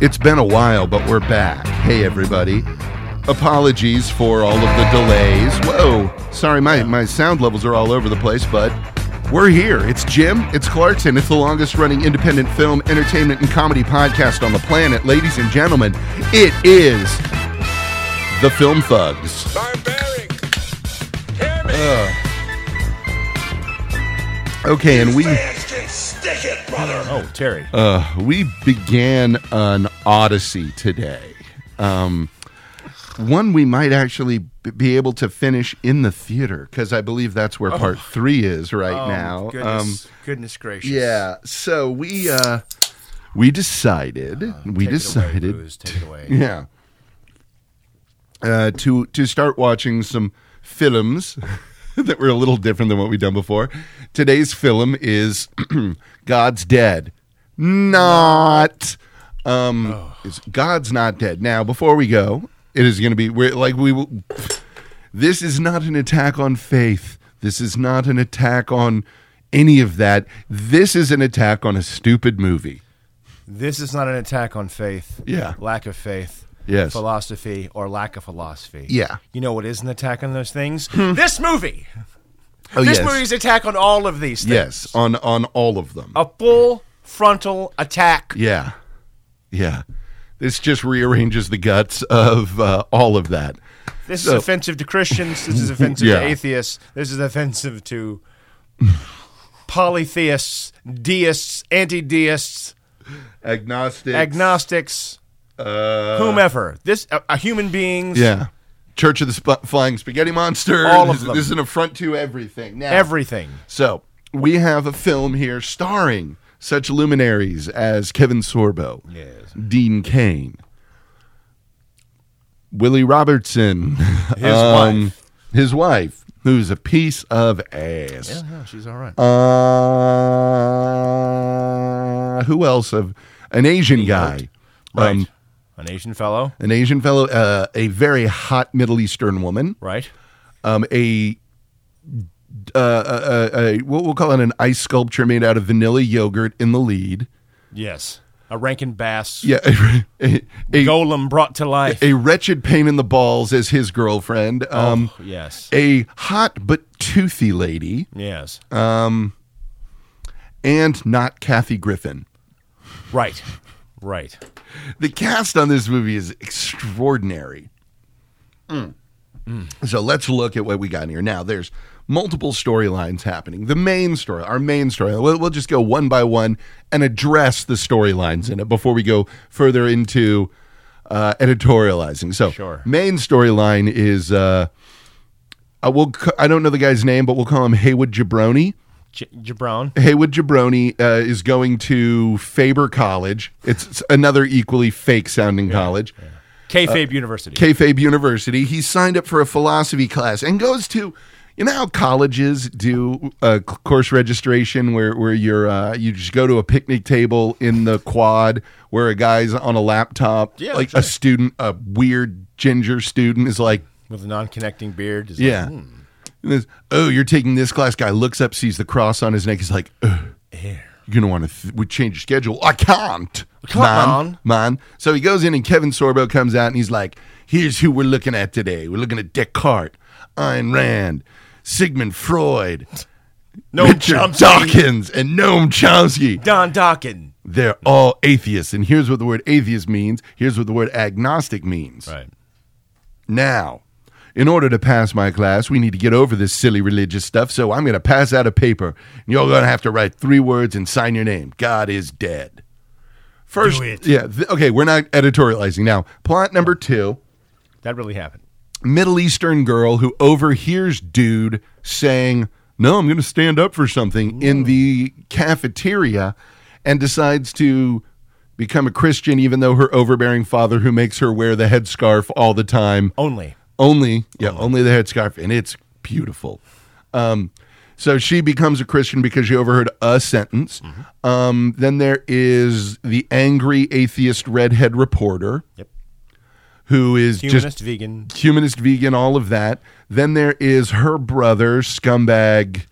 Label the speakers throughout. Speaker 1: It's been a while, but we're back. Hey, everybody. Apologies for all of the delays. Whoa, sorry, my, my sound levels are all over the place, but we're here. It's Jim, it's Clarkson, it's the longest running independent film, entertainment, and comedy podcast on the planet. Ladies and gentlemen, it is The Film Thugs.
Speaker 2: Barbaric! Hear me!
Speaker 1: Okay, and we.
Speaker 2: Fans can stick it, brother!
Speaker 3: Oh, Terry.
Speaker 1: Uh, we began an odyssey today. Um, one we might actually b- be able to finish in the theater because I believe that's where part three is right now.
Speaker 3: Oh.
Speaker 1: Um,
Speaker 3: Goodness, goodness gracious.
Speaker 1: yeah, so we uh, we decided we
Speaker 3: Uh, Take it away,
Speaker 1: decided
Speaker 3: Booze, take it away.
Speaker 1: yeah. Uh, to to start watching some films that were a little different than what we've done before. Today's film is God's Dead. Not um it's God's Not Dead. Now, before we go, it is going to be we're like we will this is not an attack on faith. This is not an attack on any of that. This is an attack on a stupid movie.
Speaker 3: This is not an attack on faith.
Speaker 1: Yeah.
Speaker 3: Lack of faith.
Speaker 1: Yes.
Speaker 3: Philosophy or lack of philosophy.
Speaker 1: Yeah. Hmm.
Speaker 3: You know what is an attack on those things? This movie.
Speaker 1: Oh
Speaker 3: this
Speaker 1: yes.
Speaker 3: movie's attack on all of these things.
Speaker 1: yes, on on all of them.
Speaker 3: A full frontal attack.
Speaker 1: Yeah. Yeah. This just rearranges the guts of uh, all of that.
Speaker 3: This
Speaker 1: So-
Speaker 3: is offensive to Christians. This is offensive
Speaker 1: Yeah.
Speaker 3: to atheists. This is offensive to polytheists, deists, anti-deists,
Speaker 1: Agnostic.
Speaker 3: agnostics, whomever. This uh, uh, human beings.
Speaker 1: Yeah. Church of the Sp- Flying Spaghetti Monster.
Speaker 3: All of
Speaker 1: this,
Speaker 3: them.
Speaker 1: This is an affront to everything. Now,
Speaker 3: Everything.
Speaker 1: so we have a film here starring such luminaries as Kevin Sorbo,
Speaker 3: Yes.
Speaker 1: Dean Kane, Willie Robertson, um,
Speaker 3: His wife.
Speaker 1: his wife, who's a piece of ass.
Speaker 3: yeah, she's all
Speaker 1: Um,
Speaker 3: right.
Speaker 1: Uh, who else? Of an Asian guy,
Speaker 3: Right.
Speaker 1: um,
Speaker 3: An Asian fellow.
Speaker 1: an Asian fellow, uh, a very hot Middle Eastern woman,
Speaker 3: Right.
Speaker 1: um, a, uh, uh, uh, a what we'll call it an ice sculpture made out of vanilla yogurt in the lead.
Speaker 3: Yes. A Rankin Bass
Speaker 1: Yeah, a, a,
Speaker 3: golem brought to life.
Speaker 1: a wretched pain in the balls as his girlfriend. Um,
Speaker 3: oh, yes.
Speaker 1: A hot but toothy lady,
Speaker 3: yes.
Speaker 1: Uh, and not Kathy Griffin.
Speaker 3: right. Right.
Speaker 1: the cast on this movie is extraordinary. So let's look at what we got here. Now, there's multiple storylines happening. The main story, our main story, we'll, we'll just go one by one and address the storylines in it before we go further into uh, editorializing. So,
Speaker 3: Sure.
Speaker 1: main storyline is uh, I will. c- I don't know the guy's name, but we'll call him Haywood Jabroni.
Speaker 3: J- Jabron.
Speaker 1: Haywood Jabroni uh, is going to Faber College. It's, it's another equally fake sounding college, Uh,
Speaker 3: Kayfabe University.
Speaker 1: Kayfabe University. He signed up for a philosophy class and goes to, you know how colleges do uh, c- course registration where, where you're, uh, you just go to a picnic table in the quad where a guy's on a laptop,
Speaker 3: Yeah,
Speaker 1: like
Speaker 3: sure.
Speaker 1: a student, a weird ginger student is like,
Speaker 3: with a non-connecting beard. Is
Speaker 1: yeah. Hmm. And this, oh, you're taking this class. Guy looks up, sees the cross on his neck. He's like, Ugh, you're gonna want to th- we change your schedule. I can't.
Speaker 3: Come
Speaker 1: man,
Speaker 3: on.
Speaker 1: man. So he goes in, and Kevin Sorbo comes out, and he's like, "Here's who we're looking at today. We're looking at Descartes, Ayn Rand, Sigmund Freud,
Speaker 3: No
Speaker 1: Richard
Speaker 3: Chomsky.
Speaker 1: Dawkins, and Noam Chomsky."
Speaker 3: Don Dawkins.
Speaker 1: They're all atheists, and here's what the word atheist means. Here's what the word agnostic means.
Speaker 3: Right.
Speaker 1: Now, in order to pass my class, we need to get over this silly religious stuff, so I'm going to pass out a paper. And you're going to have to write three words and sign your name God is dead. First,
Speaker 3: Do it.
Speaker 1: yeah, th- okay, we're not editorializing. Now, plot number two
Speaker 3: That really happened.
Speaker 1: Middle Eastern girl who overhears dude saying, No, I'm going to stand up for something in the cafeteria and decides to become a Christian, even though her overbearing father, who makes her wear the headscarf all the time,
Speaker 3: Only.
Speaker 1: only, yeah,
Speaker 3: Oh.
Speaker 1: only the headscarf, and it's beautiful. Um, so she becomes a Christian because she overheard a sentence.
Speaker 3: Mm-hmm.
Speaker 1: Um, then there is the angry atheist redhead reporter,
Speaker 3: Yep.
Speaker 1: who is
Speaker 3: Humanist, vegan.
Speaker 1: just humanist, vegan, all of that. Then there is her brother, scumbag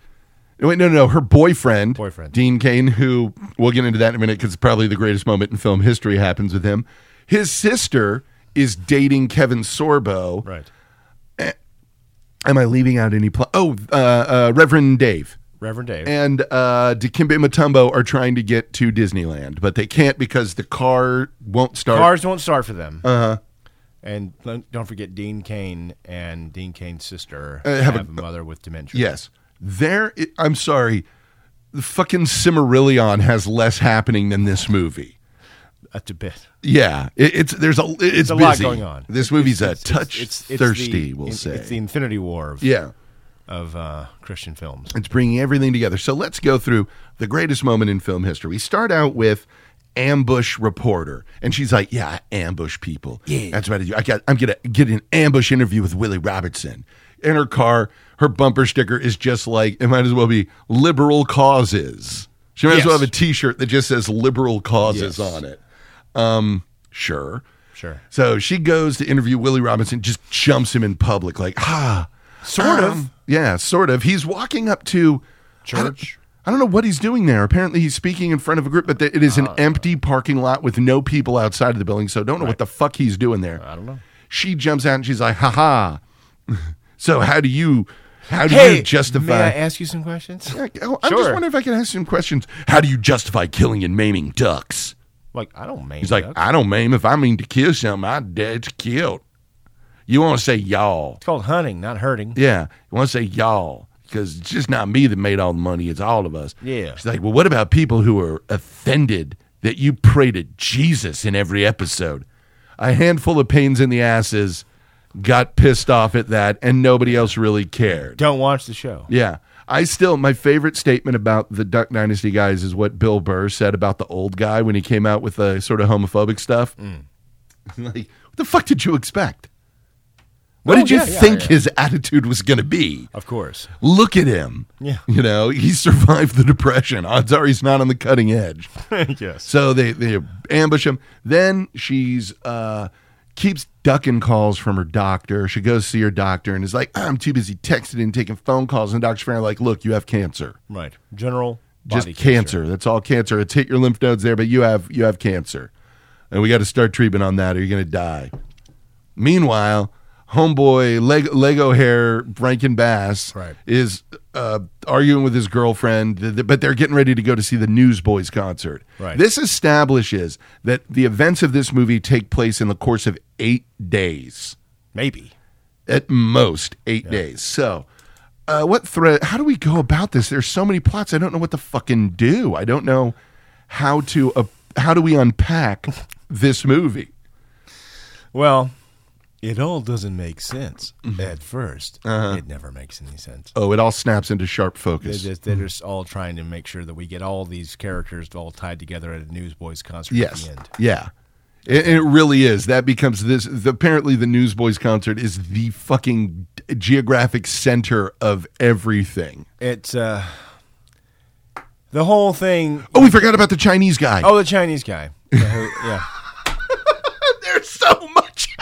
Speaker 1: Wait, no, no, no, her boyfriend,
Speaker 3: Boyfriend.
Speaker 1: Dean Kane, who we'll get into that in a minute because probably the greatest moment in film history happens with him. His sister is dating Kevin Sorbo.
Speaker 3: Right.
Speaker 1: Am I leaving out any plot? Oh, uh, uh, Reverend Dave
Speaker 3: Reverend Dave.
Speaker 1: and uh, Dikembe Mutombo are trying to get to Disneyland, but they can't because the car won't start.
Speaker 3: Cars won't start for them. Uh
Speaker 1: Uh-huh.
Speaker 3: huh. And don't- don't forget Dean Kane and Dean Kane's sister
Speaker 1: Uh, have
Speaker 3: have,
Speaker 1: a-
Speaker 3: a, mother with dementia.
Speaker 1: Yes. There, i- I'm sorry. The fucking Cimmerillion has less happening than this movie.
Speaker 3: That's a bit.
Speaker 1: Yeah, it, it's there's a it's,
Speaker 3: There's
Speaker 1: busy.
Speaker 3: a lot going on.
Speaker 1: This movie's a
Speaker 3: It's- it's-
Speaker 1: touch
Speaker 3: it's- it's the-
Speaker 1: thirsty, we'll
Speaker 3: it's-
Speaker 1: say.
Speaker 3: It's the Infinity War of,
Speaker 1: yeah,
Speaker 3: of uh, Christian films.
Speaker 1: it's bringing everything together. So let's go through the greatest moment in film history. We start out with ambush reporter, and she's like, "Yeah, I ambush people. Yeah, that's what I do. I got. I'm gonna get an ambush interview with Willie Robertson." In her car, her bumper sticker is just like it might as well be liberal causes. She might as
Speaker 3: Yes.
Speaker 1: well have a T-shirt that just says liberal causes
Speaker 3: Yes.
Speaker 1: on it. Um, sure.
Speaker 3: Sure.
Speaker 1: So she goes to interview Willie Robinson, just jumps him in public, like, ah.
Speaker 3: Sort of.
Speaker 1: Yeah, sort of. He's walking up to I don't-
Speaker 3: Church.
Speaker 1: I don't know what he's doing there. Apparently, he's speaking in front of a group, but th- it
Speaker 3: Ah.
Speaker 1: is an empty parking lot with no people outside of the building. So don't know what the fuck he's doing there.
Speaker 3: I don't know.
Speaker 1: She jumps out and she's like, "Ha ha." so how do you, how do you
Speaker 3: May
Speaker 1: justify?
Speaker 3: I ask you some questions?
Speaker 1: I, oh, I'm just
Speaker 3: Sure.
Speaker 1: wondering if I can ask some questions. How do you justify killing and maiming ducks?
Speaker 3: Like I don't mean.
Speaker 1: He's like, I don't maim. If I mean to kill something, I dead's killed. You want to say y'all?
Speaker 3: it's called hunting, not hurting.
Speaker 1: Yeah. You want to say y'all? Because it's just not me that made all the money. It's all of us.
Speaker 3: Yeah.
Speaker 1: She's like, well, what about people who are offended that you pray to Jesus in every episode? A handful of pains in the asses got pissed off at that, and nobody else really cared.
Speaker 3: Don't watch the show.
Speaker 1: Yeah. I still, my favorite statement about the Duck Dynasty guys is what Bill Burr said about the old guy when he came out with the sort of homophobic stuff.
Speaker 3: Mm.
Speaker 1: like, what the fuck did you expect? What
Speaker 3: Oh,
Speaker 1: did you
Speaker 3: yeah, yeah,
Speaker 1: think
Speaker 3: yeah.
Speaker 1: his attitude was going to be?
Speaker 3: Of course.
Speaker 1: Look at him.
Speaker 3: Yeah.
Speaker 1: You know, he survived the Depression. Odds are he's not on the cutting edge.
Speaker 3: yes.
Speaker 1: So they, they ambush him. Then she's uh, keeps ducking calls from her doctor. She goes see her doctor and is like, I'm too busy texting and taking phone calls. And Dr. Farron like, look, you have cancer.
Speaker 3: Right. General.
Speaker 1: Just
Speaker 3: body
Speaker 1: cancer. That's all cancer. It's hit your lymph nodes there, but you have you have cancer. And we got to start treatment on that or you're going to die. Meanwhile, homeboy Leg- Lego hair Rankin Bass
Speaker 3: Right.
Speaker 1: is uh, arguing with his girlfriend, th- th- but they're getting ready to go to see the Newsboys concert.
Speaker 3: Right.
Speaker 1: This establishes that the events of this movie take place in the course of eight days,
Speaker 3: Maybe.
Speaker 1: at most eight days. So. Uh, what thread? How do we go about this? There's so many plots. I don't know what to fucking do. I don't know how to. Uh, how do we unpack this movie?
Speaker 3: Well, it all doesn't make sense
Speaker 1: Mm-hmm.
Speaker 3: at 1st
Speaker 1: Uh-huh.
Speaker 3: It never makes any sense.
Speaker 1: Oh, it all snaps into sharp
Speaker 3: They're
Speaker 1: focus.
Speaker 3: just, they're just all trying to make sure that we get all these characters all tied together at a Newsboys concert
Speaker 1: Yes.
Speaker 3: at the end.
Speaker 1: Yeah. It, it really is. That becomes this. The, apparently, the Newsboys concert is the fucking geographic center of everything.
Speaker 3: It's uh, the whole thing.
Speaker 1: Oh, we forgot about the Chinese guy.
Speaker 3: Oh, the Chinese guy. Uh, who- yeah.
Speaker 1: there's so much.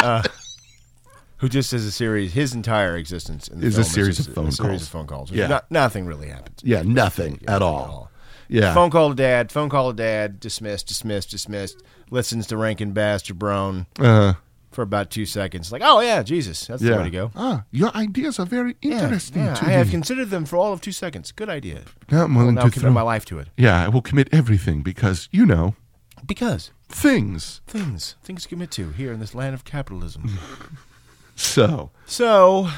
Speaker 3: Who just says a series, his entire existence in the
Speaker 1: Is a
Speaker 3: film
Speaker 1: series
Speaker 3: just
Speaker 1: of
Speaker 3: a-
Speaker 1: phone
Speaker 3: a series
Speaker 1: calls.
Speaker 3: of phone calls.
Speaker 1: Yeah.
Speaker 3: No- nothing really happens.
Speaker 1: yeah, nothing at all. Yeah.
Speaker 3: Phone call to dad, phone call to dad, dismissed, dismissed, dismissed. Listens to Rankin Bass Jabrone
Speaker 1: Uh,
Speaker 3: for about two seconds. Like, oh, yeah, Jesus. That's the
Speaker 1: yeah.
Speaker 3: way to go.
Speaker 1: Ah, your ideas are very
Speaker 3: Yeah,
Speaker 1: interesting
Speaker 3: yeah,
Speaker 1: to
Speaker 3: I have
Speaker 1: me.
Speaker 3: considered them for all of two seconds. Good idea.
Speaker 1: Now I'm
Speaker 3: I'll
Speaker 1: willing
Speaker 3: now
Speaker 1: to
Speaker 3: commit
Speaker 1: throw.
Speaker 3: my life to it.
Speaker 1: yeah, I will commit everything because you know
Speaker 3: Because
Speaker 1: things.
Speaker 3: things, things to commit to here in this land of capitalism.
Speaker 1: So.
Speaker 3: so,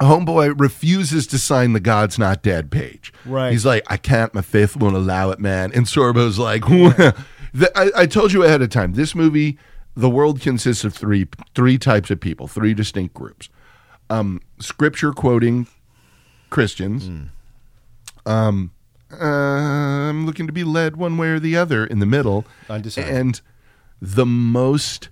Speaker 1: homeboy refuses to sign the God's Not Dead page.
Speaker 3: Right.
Speaker 1: He's like, I can't. My faith won't allow it, man. And Sorbo's like, The- I, I told you ahead of time. This movie, the world consists of three three types of people, three distinct groups. Um, scripture quoting Christians. Um, uh, I'm looking to be led one way or the other in the middle.
Speaker 3: Undecided.
Speaker 1: And the most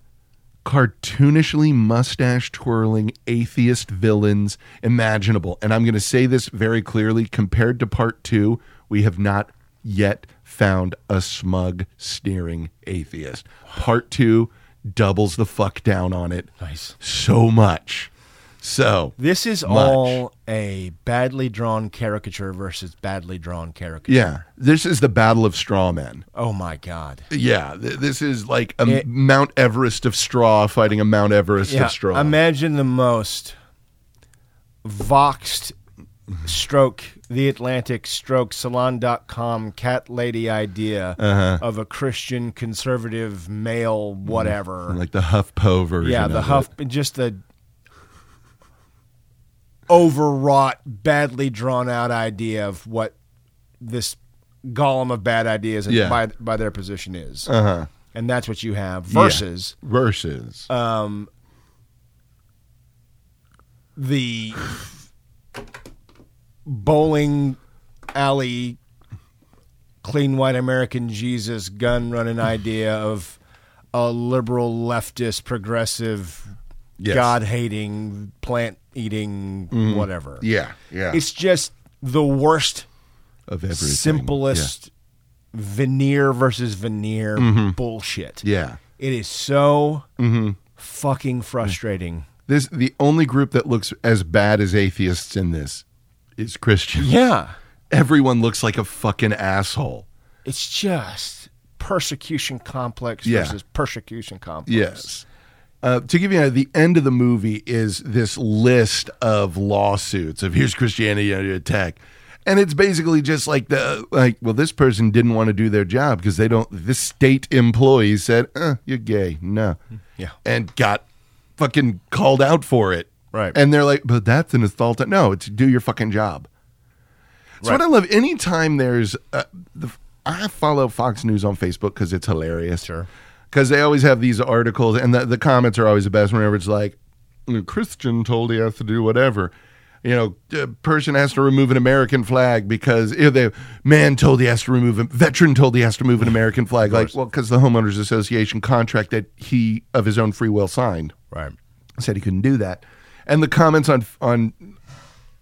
Speaker 1: cartoonishly mustache twirling atheist villains imaginable. And I'm going to say this very clearly compared to part two, we have not yet found a smug, sneering atheist. Part two doubles the fuck down on it
Speaker 3: nice.
Speaker 1: so much. So
Speaker 3: This is
Speaker 1: much.
Speaker 3: all a badly drawn caricature versus badly drawn caricature.
Speaker 1: Yeah, this is the battle of straw men.
Speaker 3: Oh my God.
Speaker 1: Yeah, th- this is like a
Speaker 3: It-
Speaker 1: Mount Everest of straw fighting a Mount Everest
Speaker 3: Yeah.
Speaker 1: of straw.
Speaker 3: Imagine the most voxed stroke, the Atlantic stroke, salon.com cat lady idea of a Christian conservative male, whatever.
Speaker 1: like the HuffPo version.
Speaker 3: yeah,
Speaker 1: of
Speaker 3: the
Speaker 1: it.
Speaker 3: Huff, just the overwrought, badly drawn out idea of what this golem of bad ideas and
Speaker 1: Yeah.
Speaker 3: by, by their position is.
Speaker 1: Uh-huh.
Speaker 3: And that's what you have versus
Speaker 1: versus.
Speaker 3: Uh, the bowling alley clean white American Jesus gun running idea of a liberal leftist progressive
Speaker 1: Yes. Mm-hmm.
Speaker 3: god hating plant eating whatever.
Speaker 1: yeah, yeah.
Speaker 3: It's just the worst
Speaker 1: of everything.
Speaker 3: simplest veneer versus veneer bullshit.
Speaker 1: Mm-hmm. Yeah. Mm-hmm. yeah.
Speaker 3: It is so fucking frustrating.
Speaker 1: This the only group that looks as bad as atheists in this is Christians.
Speaker 3: Yeah.
Speaker 1: Everyone looks like a fucking asshole.
Speaker 3: It's just persecution complex
Speaker 1: Yeah.
Speaker 3: versus persecution complex.
Speaker 1: Yes. Uh, to give you an idea, the end of the movie is this list of lawsuits of here's Christianity under attack. And it's basically just like the like, well, this person didn't want to do their job because they don't. This state employee said, uh, "You're gay, no,"
Speaker 3: Yeah.
Speaker 1: and got fucking called out for it.
Speaker 3: Right.
Speaker 1: And they're like, "But that's an assault." on-" No, it's do your fucking job. So what I love anytime there's uh, the, I follow Fox News on Facebook because it's hilarious. Sure. Because they always have these articles, and the, the comments are always the best. Whenever it's like, Christian told he has to do whatever, you know, a person has to remove an American flag because if the man told he has to remove a veteran told he has to remove an American flag, like well, because the homeowners association contract that he of his own free will signed
Speaker 3: Right.
Speaker 1: said he couldn't do that. And the comments on on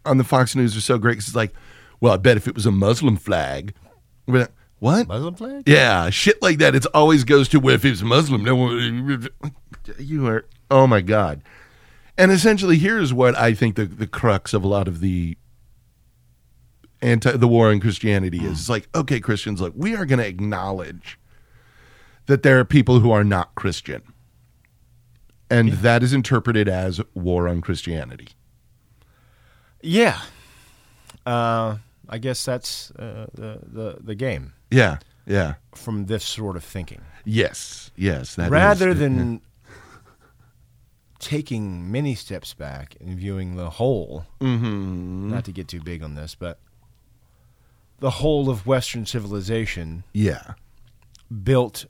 Speaker 1: on the Fox News are so great 'cause it's like, well, I bet if it was a Muslim flag, we're like, what?
Speaker 3: Muslim flag?
Speaker 1: Yeah, shit like that. It's always goes to well, if it's Muslim, no one. You are oh my god. And essentially, here is what I think the the crux of a lot of the anti the war on Christianity is. It's like, okay, Christians, look, we are going to acknowledge that there are people who are not Christian, and that is interpreted as war on Christianity.
Speaker 3: Yeah. Uh, I guess that's uh, the, the the game
Speaker 1: Yeah, yeah,
Speaker 3: from this sort of thinking.
Speaker 1: yes, yes. That is-
Speaker 3: Rather than taking many steps back and viewing the whole,
Speaker 1: Mm-hmm.
Speaker 3: not to get too big on this, but the whole of Western civilization
Speaker 1: yeah,
Speaker 3: built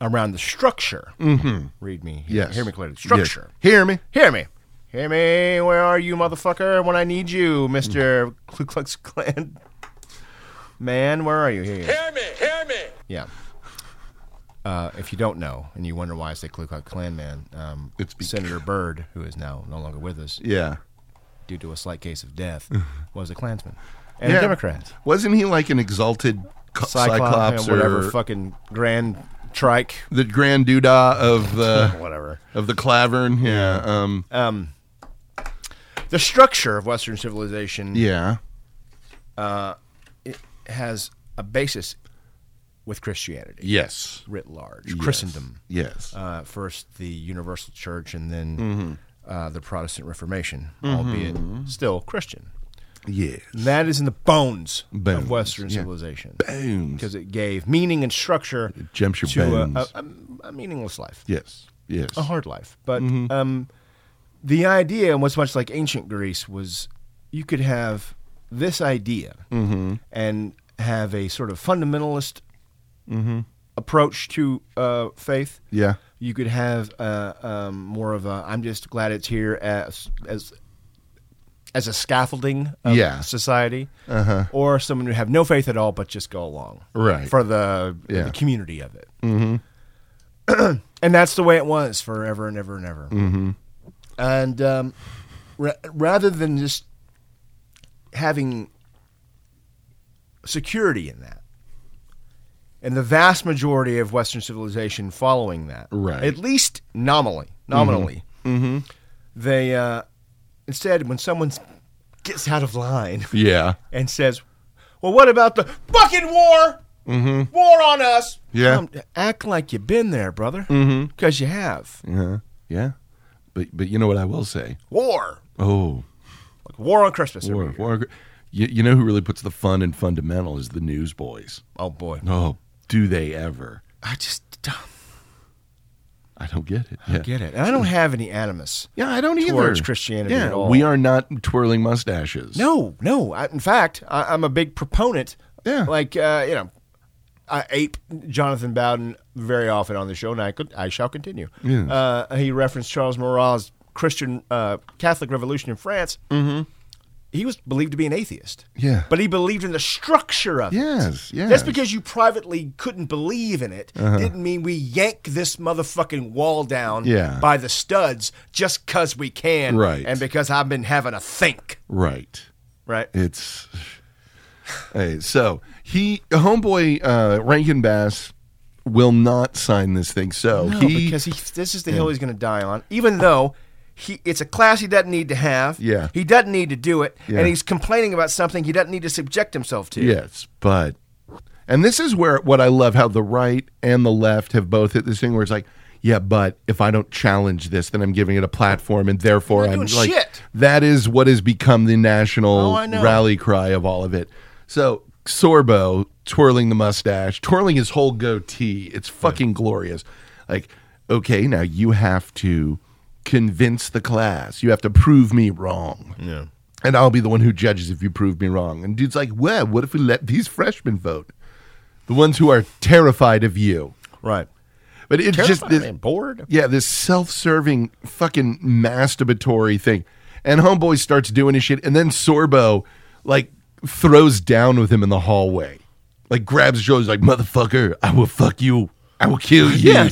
Speaker 3: around the structure. Mm-hmm. Read me. Hear,
Speaker 1: yes.
Speaker 3: Hear me clearly.
Speaker 1: Yes.
Speaker 3: Structure.
Speaker 1: Hear me.
Speaker 3: Hear me. Hear me. Where are you, motherfucker? When I need you, Mister Ku Klux Klan man. Where are you? Here you are.
Speaker 2: Hear me, hear me.
Speaker 3: Yeah. Uh, if you don't know and you wonder why I say Ku Klux Klan man, um,
Speaker 1: It's because-
Speaker 3: Senator Byrd, who is now no longer with us
Speaker 1: Yeah.
Speaker 3: due to a slight case of death, was a Klansman and
Speaker 1: Yeah.
Speaker 3: a Democrat.
Speaker 1: Wasn't he like an exalted co-
Speaker 3: Cyclops,
Speaker 1: Cyclops,
Speaker 3: and whatever,
Speaker 1: or
Speaker 3: fucking grand trike,
Speaker 1: the Grand Doodah of the
Speaker 3: whatever.
Speaker 1: of the clavern? Yeah, um,
Speaker 3: Uh, The structure of Western civilization
Speaker 1: yeah,
Speaker 3: it has a basis with Christianity
Speaker 1: yes,
Speaker 3: writ large, Christendom.
Speaker 1: yes,
Speaker 3: Uh, first, the Universal Church, and then
Speaker 1: Mm-hmm.
Speaker 3: uh, the Protestant Reformation, albeit still Christian.
Speaker 1: yes.
Speaker 3: And that is in the bones,
Speaker 1: Bones,
Speaker 3: of Western
Speaker 1: yeah.
Speaker 3: civilization
Speaker 1: Bones.
Speaker 3: because it gave meaning and structure
Speaker 1: jumps your
Speaker 3: to a,
Speaker 1: bones.
Speaker 3: a- a- a meaningless life,
Speaker 1: yes, yes, Mm-hmm.
Speaker 3: a hard life. But um, the idea, and what's much like ancient Greece, was you could have this idea
Speaker 1: Mm-hmm.
Speaker 3: and have a sort of fundamentalist approach to uh, faith.
Speaker 1: Mm-hmm. yeah,
Speaker 3: You could have uh, um, more of a "I'm just glad it's here" as as as a scaffolding of
Speaker 1: Yeah. Uh-huh.
Speaker 3: society, or someone who have no faith at all but just go along,
Speaker 1: Right.
Speaker 3: for the,
Speaker 1: Yeah. Mm-hmm.
Speaker 3: the community of it. Mm-hmm. and that's the way it was forever and ever and ever. Mm-hmm. And um, ra- rather than just having security in that. And the vast majority of Western civilization following that,
Speaker 1: Right. Mm-hmm.
Speaker 3: At least nominally, nominally, they uh, Instead, when someone gets out of line
Speaker 1: Yeah.
Speaker 3: and says, "Well, what about the fucking war? War on us?"
Speaker 1: Mm-hmm. Yeah. Mm-hmm.
Speaker 3: Come, act like you've been there, brother, because you have
Speaker 1: Yeah. Uh-huh. Yeah. But but you know what I will say?
Speaker 3: war,
Speaker 1: Oh,
Speaker 3: like war on Christmas. every
Speaker 1: war,
Speaker 3: year.
Speaker 1: war. You, you know who really puts the fun in fundamental is the newsboys.
Speaker 3: Oh boy,
Speaker 1: Oh, do they ever?
Speaker 3: I just don't
Speaker 1: I don't get it. Yeah.
Speaker 3: get it, and I don't have any animus.
Speaker 1: Yeah, I don't either.
Speaker 3: Towards Christianity
Speaker 1: Yeah,
Speaker 3: at all.
Speaker 1: we are not twirling mustaches.
Speaker 3: No, no. I, in fact, I, I'm a big proponent.
Speaker 1: Yeah.
Speaker 3: Like uh, you know, I ape Jonathan Bowden very often on the show, and I could, I shall continue.
Speaker 1: Yes.
Speaker 3: Uh, he referenced Charles Marat's Christian uh, Catholic Revolution in France. Mm-hmm. He was believed to be an atheist.
Speaker 1: Yeah.
Speaker 3: But he believed in the structure of it.
Speaker 1: Yes, yes. Uh-huh.
Speaker 3: Just because you privately couldn't believe in it didn't mean we yank this motherfucking wall down
Speaker 1: Yeah.
Speaker 3: by the studs just because we can
Speaker 1: Right.
Speaker 3: and because I've been having a think.
Speaker 1: Right.
Speaker 3: Right.
Speaker 1: It's Hey, so he homeboy uh, Rankin Bass will not sign this thing. So
Speaker 3: No,
Speaker 1: he
Speaker 3: because he this is the hill he's going to die on. Even though he, it's a class he doesn't need to have.
Speaker 1: Yeah.
Speaker 3: he doesn't need to do it,
Speaker 1: Yeah.
Speaker 3: and he's complaining about something he doesn't need to subject himself to.
Speaker 1: yes, but and this is where what I love how the right and the left have both hit this thing where it's like yeah, but if I don't challenge this, then I'm giving it a platform, and therefore
Speaker 3: You're
Speaker 1: I'm
Speaker 3: doing
Speaker 1: like
Speaker 3: shit.
Speaker 1: that is what has become the national
Speaker 3: Oh, I know.
Speaker 1: rally cry of all of it. So Sorbo twirling the mustache, twirling his whole goatee. It's fucking glorious. Like, okay, now you have to convince the class. You have to prove me wrong. Yeah. And I'll be the one who judges if you prove me wrong. And dude's like, well, what if we let these freshmen vote? The ones who are terrified of you.
Speaker 3: right.
Speaker 1: But it's just this,
Speaker 3: bored.
Speaker 1: yeah, this self-serving fucking masturbatory thing. And homeboy starts doing his shit, and then Sorbo like throws down with him in the hallway, like grabs his shoulders, like motherfucker, I will fuck you, I will kill you.
Speaker 3: Yeah.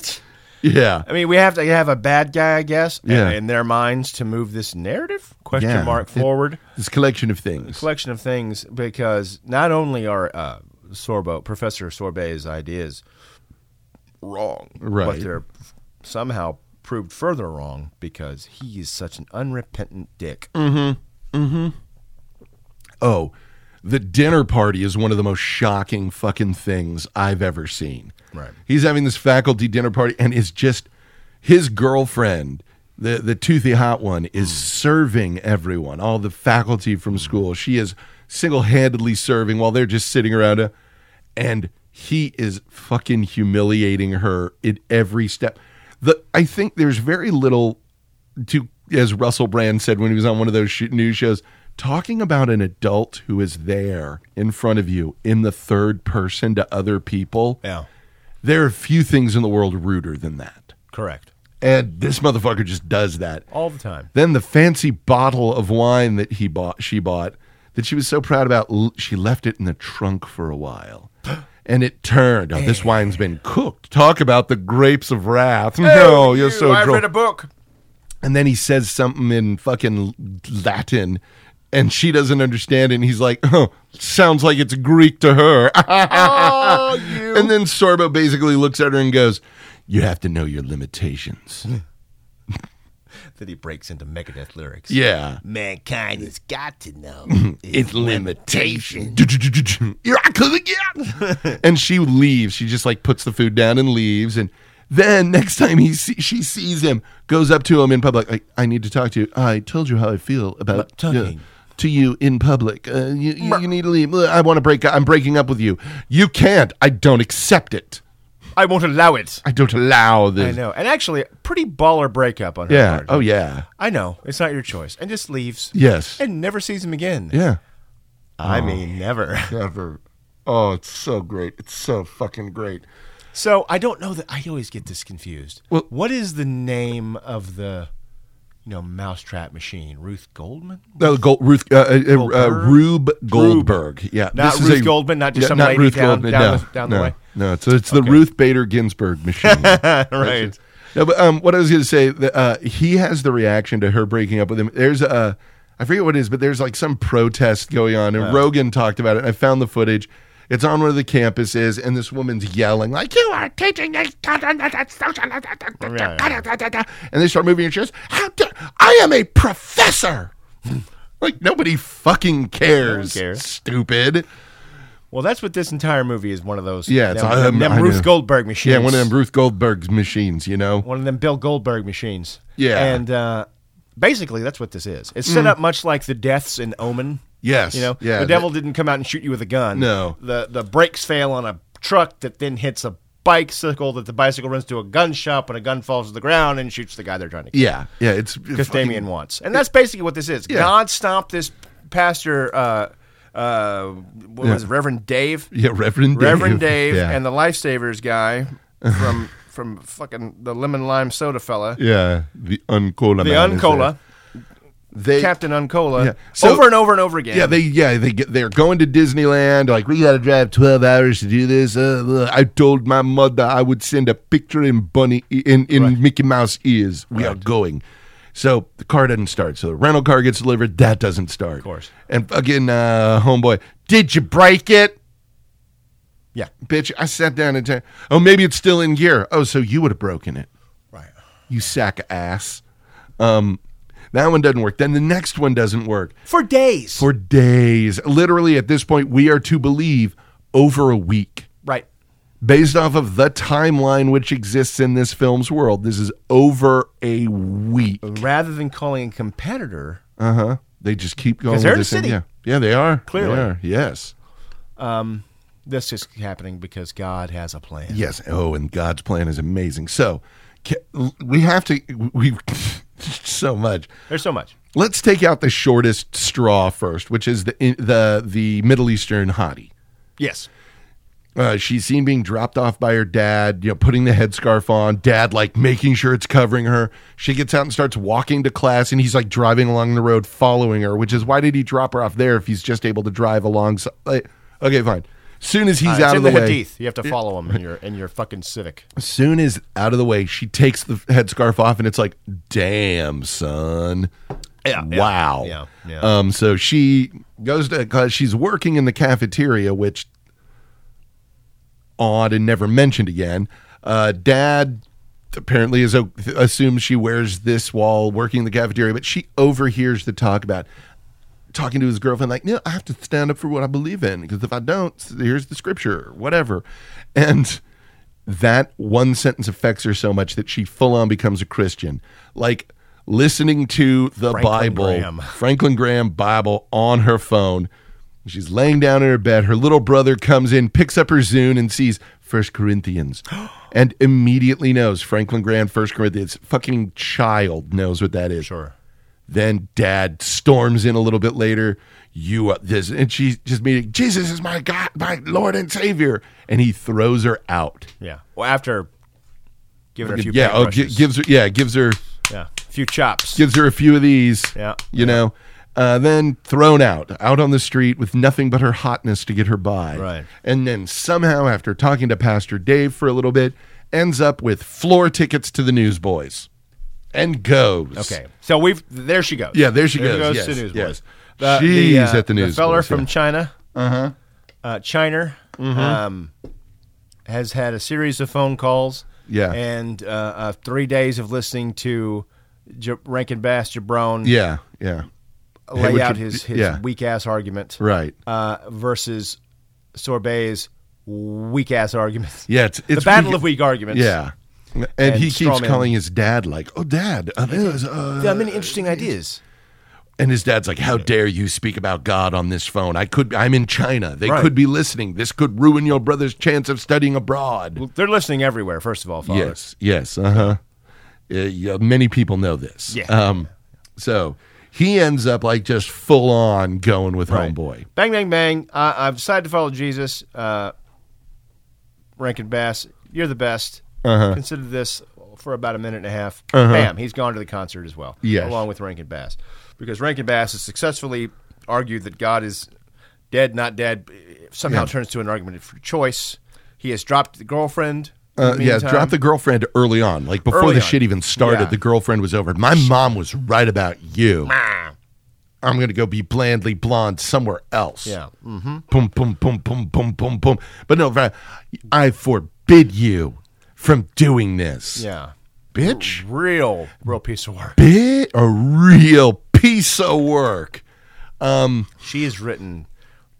Speaker 1: yeah.
Speaker 3: I mean, we have to have a bad guy, I guess,
Speaker 1: Yeah.
Speaker 3: in their minds to move this narrative question
Speaker 1: Yeah.
Speaker 3: mark
Speaker 1: It-
Speaker 3: forward.
Speaker 1: This collection of things.
Speaker 3: collection of things because not only are uh, Sorbo Professor Sorbet's ideas wrong,
Speaker 1: Right.
Speaker 3: but they're somehow proved further wrong because he is such an unrepentant dick.
Speaker 1: Mm. oh, the dinner party is one of the most shocking fucking things I've ever seen.
Speaker 3: Right.
Speaker 1: He's having this faculty dinner party, and it's just his girlfriend, the the toothy hot one, is serving everyone, all the faculty from school. She is single handedly serving while they're just sitting around, uh, and he is fucking humiliating her in every step. The I think there's very little to as Russell Brand said when he was on one of those sh- news shows, talking about an adult who is there in front of you in the third person to other people.
Speaker 3: Yeah.
Speaker 1: There are few things in the world ruder than that.
Speaker 3: Correct.
Speaker 1: And this motherfucker just does that.
Speaker 3: All the time.
Speaker 1: Then the fancy bottle of wine that he bought, she bought, that she was so proud about, l- she left it in the trunk for a while. And it turned. Oh, this wine's been cooked. Talk about the grapes of wrath. no, Oh, you're so
Speaker 3: I
Speaker 1: droll.
Speaker 3: read a book.
Speaker 1: And then he says something in fucking Latin, and she doesn't understand it. And he's like, "Oh, sounds like it's Greek to her."
Speaker 3: Oh, you.
Speaker 1: and then Sorbo basically looks at her and goes, "You have to know your limitations."
Speaker 3: That he breaks into Megadeth lyrics.
Speaker 1: yeah,
Speaker 3: Mankind has got to know.
Speaker 1: it's limitation. Here I come again. and she leaves. She just like puts the food down and leaves. And then next time he see, she sees him, goes up to him in public. Like, I need to talk to you. I told you how I feel about
Speaker 3: About
Speaker 1: uh,
Speaker 3: talking.
Speaker 1: to you in public. Uh, you, you, you need to leave. Uh, I want to break. up. I'm breaking up with you. You can't. I don't accept it.
Speaker 3: I won't allow it.
Speaker 1: I don't allow
Speaker 3: I
Speaker 1: this.
Speaker 3: know. And actually, pretty baller breakup on her
Speaker 1: Yeah.
Speaker 3: part.
Speaker 1: Oh yeah.
Speaker 3: I know. It's not your choice. And just leaves.
Speaker 1: Yes.
Speaker 3: And never sees him again.
Speaker 1: Yeah.
Speaker 3: I mean, never.
Speaker 1: Ever. Oh, it's so great. It's so fucking great.
Speaker 3: So I don't know that I always get this confused.
Speaker 1: Well-
Speaker 3: what is the name of the, you know, mousetrap machine? Ruth Goldman?
Speaker 1: No, Gold, Ruth uh, uh, uh,
Speaker 3: Goldberg?
Speaker 1: Rube Goldberg. Yeah,
Speaker 3: Not Ruth Goldman, not just some lady down- down the- down the
Speaker 1: no,
Speaker 3: way?
Speaker 1: No, it's, it's the Ruth Bader Ginsburg machine. That's it. No, but um, what I was going to say, the, uh, he has the reaction to her breaking up with him. There's a, I forget what it is, but there's like some protest going on, and Rogan talked about it. And I found the footage. It's on one of the campuses, and this woman's yelling like, "You are teaching a
Speaker 3: yeah, Oh,
Speaker 1: social," and they start moving your chairs. How dare I am a professor. like nobody fucking cares.
Speaker 3: care.
Speaker 1: Stupid.
Speaker 3: Well, that's what this entire movie is. One of those.
Speaker 1: Yeah, it's-
Speaker 3: them,
Speaker 1: I-
Speaker 3: them,
Speaker 1: I
Speaker 3: Ruth
Speaker 1: know.
Speaker 3: Goldberg machines.
Speaker 1: Yeah, one of them Ruth Goldberg's machines. You know.
Speaker 3: one of them Bill Goldberg machines.
Speaker 1: Yeah. Mm.
Speaker 3: and uh, basically that's what this is. It's set up much like the deaths in Omen.
Speaker 1: Yes.
Speaker 3: You know,
Speaker 1: Yeah.
Speaker 3: the devil didn't come out and shoot you with a gun.
Speaker 1: No.
Speaker 3: the the brakes fail on a truck that then hits a bicycle. That the bicycle runs to a gun shop and a gun falls to the ground and shoots the guy they're trying to kill.
Speaker 1: Yeah. Yeah. It's
Speaker 3: because Damien wants, and that's basically what this is.
Speaker 1: Yeah.
Speaker 3: God stopped this pastor. Uh, uh, what was
Speaker 1: Yeah.
Speaker 3: it, Reverend Dave?
Speaker 1: Yeah, Reverend Dave.
Speaker 3: Reverend Dave
Speaker 1: Yeah.
Speaker 3: and the Lifesavers guy from from fucking the lemon lime soda fella,
Speaker 1: Yeah, the Uncola.
Speaker 3: the
Speaker 1: man is
Speaker 3: Uncola,
Speaker 1: there. They,
Speaker 3: Captain Uncola,
Speaker 1: Yeah. So-
Speaker 3: over and over and over again.
Speaker 1: Yeah, they yeah they get they're going to Disneyland. Like we got to drive twelve hours to do this. Uh, uh, I told my mother I would send a picture in bunny in in Mickey Mouse ears. We are going. So the car doesn't start. So the rental car gets delivered. That doesn't start. Of
Speaker 3: course.
Speaker 1: And again, uh, homeboy, did you break it?
Speaker 3: yeah,
Speaker 1: Bitch, I sat down and t- oh maybe it's still in gear. Oh, so you would have broken it.
Speaker 3: right.
Speaker 1: You sack of ass. Um, that one doesn't work. Then the next one doesn't work
Speaker 3: For days,
Speaker 1: for days. Literally, at this point, we are to believe over a week.
Speaker 3: right?
Speaker 1: Based off of the timeline which exists in this film's world, this is over a week.
Speaker 3: Rather than calling a competitor,
Speaker 1: Uh huh. They just keep going.
Speaker 3: 'Cause
Speaker 1: With
Speaker 3: they're in
Speaker 1: this
Speaker 3: the
Speaker 1: thing.
Speaker 3: Uh-huh. city.
Speaker 1: Yeah, yeah, they are. They
Speaker 3: Clearly.
Speaker 1: are. yes,
Speaker 3: this is happening because God has a plan.
Speaker 1: yes. Oh, and God's plan is amazing. So ca- we have to. We so much.
Speaker 3: There's so much.
Speaker 1: Let's take out the shortest straw first, which is the the the Middle Eastern hottie.
Speaker 3: Yes,
Speaker 1: Uh, she's seen being dropped off by her dad, you know, putting the headscarf on, dad like making sure it's covering her. She gets out and starts walking to class, and he's like driving along the road following her, which is why did he drop her off there if he's just able to drive along? So, like, okay, fine. Soon as he's
Speaker 3: Uh, it's
Speaker 1: out
Speaker 3: in
Speaker 1: of the, way,
Speaker 3: Hadith. You have to follow him in your in your fucking civic.
Speaker 1: soon as out of the way, she takes the headscarf off, and it's like, damn, son.
Speaker 3: Yeah, yeah,
Speaker 1: Wow.
Speaker 3: yeah, yeah.
Speaker 1: Um, so she goes to because she's working in the cafeteria, which odd and never mentioned again. Uh, dad apparently is o- assumes she wears this while working in the cafeteria, but she overhears the talk about talking to his girlfriend, like, "No, I have to stand up for what I believe in because if I don't, here's the scripture, whatever." And that one sentence affects her so much that she full on becomes a Christian, like listening to the
Speaker 3: Franklin
Speaker 1: Bible,
Speaker 3: Graham.
Speaker 1: Franklin Graham Bible on her phone. She's laying down in her bed. Her little brother comes in, picks up her Zune, and sees First Corinthians, and immediately knows Franklin Graham, First Corinthians. Fucking child knows what that is.
Speaker 3: Sure.
Speaker 1: Then dad storms in a little bit later. You uh, this, and she's just meeting Jesus is my God, my Lord and Savior, and he throws her out.
Speaker 3: Yeah. Well, after giving her a few
Speaker 1: yeah, oh, gi-
Speaker 3: paintbrushes.
Speaker 1: gives her yeah gives her
Speaker 3: yeah, a few chops.
Speaker 1: gives her a few of these.
Speaker 3: Yeah.
Speaker 1: you know. Uh, then thrown out, out on the street with nothing but her hotness to get her by.
Speaker 3: Right.
Speaker 1: And then somehow, after talking to Pastor Dave for a little bit, ends up with floor tickets to the Newsboys, and goes.
Speaker 3: Okay, so we've there she goes.
Speaker 1: Yeah, there she goes.
Speaker 3: there She goes
Speaker 1: Yes,
Speaker 3: to Newsboys.
Speaker 1: yes.
Speaker 3: The-
Speaker 1: She's
Speaker 3: uh,
Speaker 1: at the Newsboys,
Speaker 3: The feller from
Speaker 1: yeah.
Speaker 3: China, uh-huh. uh China, um, has had a series of phone calls.
Speaker 1: Yeah.
Speaker 3: and uh, uh, three days of listening to J- Rankin Bass Jabron
Speaker 1: Yeah, yeah.
Speaker 3: lay
Speaker 1: Hey, what
Speaker 3: out
Speaker 1: you-
Speaker 3: his, his
Speaker 1: yeah.
Speaker 3: weak ass argument,
Speaker 1: Right.
Speaker 3: Uh, versus Sorbet's weak ass arguments.
Speaker 1: Yeah, it's, it's
Speaker 3: the battle
Speaker 1: we-
Speaker 3: of weak arguments.
Speaker 1: Yeah, and,
Speaker 3: And
Speaker 1: he keeps
Speaker 3: straw man.
Speaker 1: calling his dad like, "Oh, dad," uh, there's, uh,
Speaker 3: There are many interesting ideas.
Speaker 1: and his dad's like, "How dare you speak about God on this phone? I could, I'm in China. They
Speaker 3: Right.
Speaker 1: could be listening. This could ruin your brother's chance of studying abroad."
Speaker 3: Well, they're listening everywhere. First of all, Father.
Speaker 1: Yes, yes, uh huh. yeah, many people know this.
Speaker 3: Yeah.
Speaker 1: Um, so he ends up like just full on going with
Speaker 3: Right.
Speaker 1: homeboy.
Speaker 3: Bang, bang, bang. I, I've decided to follow Jesus. Uh, Rankin Bass, you're the best.
Speaker 1: Uh-huh.
Speaker 3: Consider this for about a minute and a half.
Speaker 1: Uh-huh.
Speaker 3: Bam, he's gone to the concert as well.
Speaker 1: Yes.
Speaker 3: Along with Rankin Bass. Because Rankin Bass has successfully argued that God is dead, not dead, somehow
Speaker 1: Yeah.
Speaker 3: turns to an argument for choice. He has dropped the girlfriend. in
Speaker 1: Uh,
Speaker 3: the
Speaker 1: yeah,
Speaker 3: meantime.
Speaker 1: drop the girlfriend early on. Like before
Speaker 3: Early
Speaker 1: the
Speaker 3: on.
Speaker 1: shit even started,
Speaker 3: Yeah.
Speaker 1: the girlfriend was over. My mom was right about you.
Speaker 3: Ah.
Speaker 1: I'm gonna go be blandly blonde somewhere else.
Speaker 3: Yeah.
Speaker 1: Mm-hmm. Boom, boom, boom, boom, boom, boom, boom. But no, I- I forbid you from doing this.
Speaker 3: Yeah.
Speaker 1: Bitch.
Speaker 3: Real, real piece of work.
Speaker 1: Bit a real piece of work. Um,
Speaker 3: She has written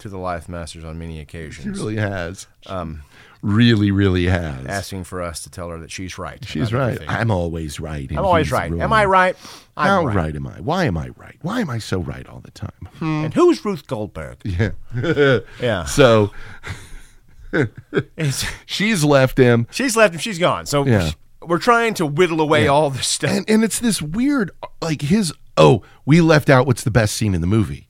Speaker 3: to the Life Masters on many occasions,
Speaker 1: she really has. Um, really, really has.
Speaker 3: asking for us to tell her that she's right.
Speaker 1: She's
Speaker 3: about
Speaker 1: right.
Speaker 3: everything.
Speaker 1: I'm always right. and
Speaker 3: I'm always
Speaker 1: he's
Speaker 3: right.
Speaker 1: wrong.
Speaker 3: Am I right? I'm
Speaker 1: How right. am I? Why am I right? Why am I so right all the time?
Speaker 3: And who's Ruth Goldberg?
Speaker 1: Yeah.
Speaker 3: Yeah.
Speaker 1: So
Speaker 3: It's-
Speaker 1: she's left him.
Speaker 3: she's left and she's gone. So
Speaker 1: Yeah.
Speaker 3: we're trying to whittle away all this stuff.
Speaker 1: and and it's this weird like his oh we left out what's the best scene in the movie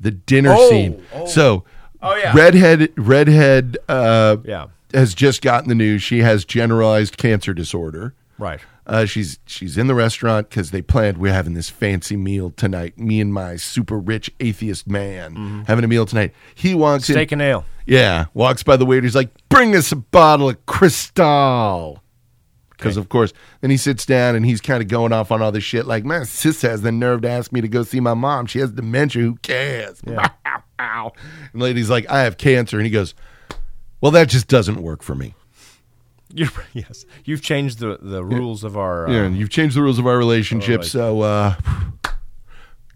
Speaker 1: the dinner
Speaker 3: Oh,
Speaker 1: scene
Speaker 3: oh.
Speaker 1: so
Speaker 3: Oh, yeah.
Speaker 1: redhead redhead uh
Speaker 3: Yeah.
Speaker 1: has just gotten the news she has generalized cancer disorder
Speaker 3: right.
Speaker 1: uh, she's she's in the restaurant because they planned we're having this fancy meal tonight. Me and my super rich atheist man having a meal tonight. He walks in,
Speaker 3: Mm-hmm. Steak and ale.
Speaker 1: yeah, walks by the waiter. He's like, "Bring us a bottle of Cristal," because of course. Then he sits down and he's kind of going off on all this shit. Like, my sister has the nerve to ask me to go see my mom. She has dementia. Who cares? and the lady's like, "I have cancer," and he goes, "Well, that just doesn't work for me."
Speaker 3: You're, yes. You've changed the, the rules of our. Uh,
Speaker 1: Yeah, and you've changed the rules of our relationship,
Speaker 3: Alright.
Speaker 1: so uh,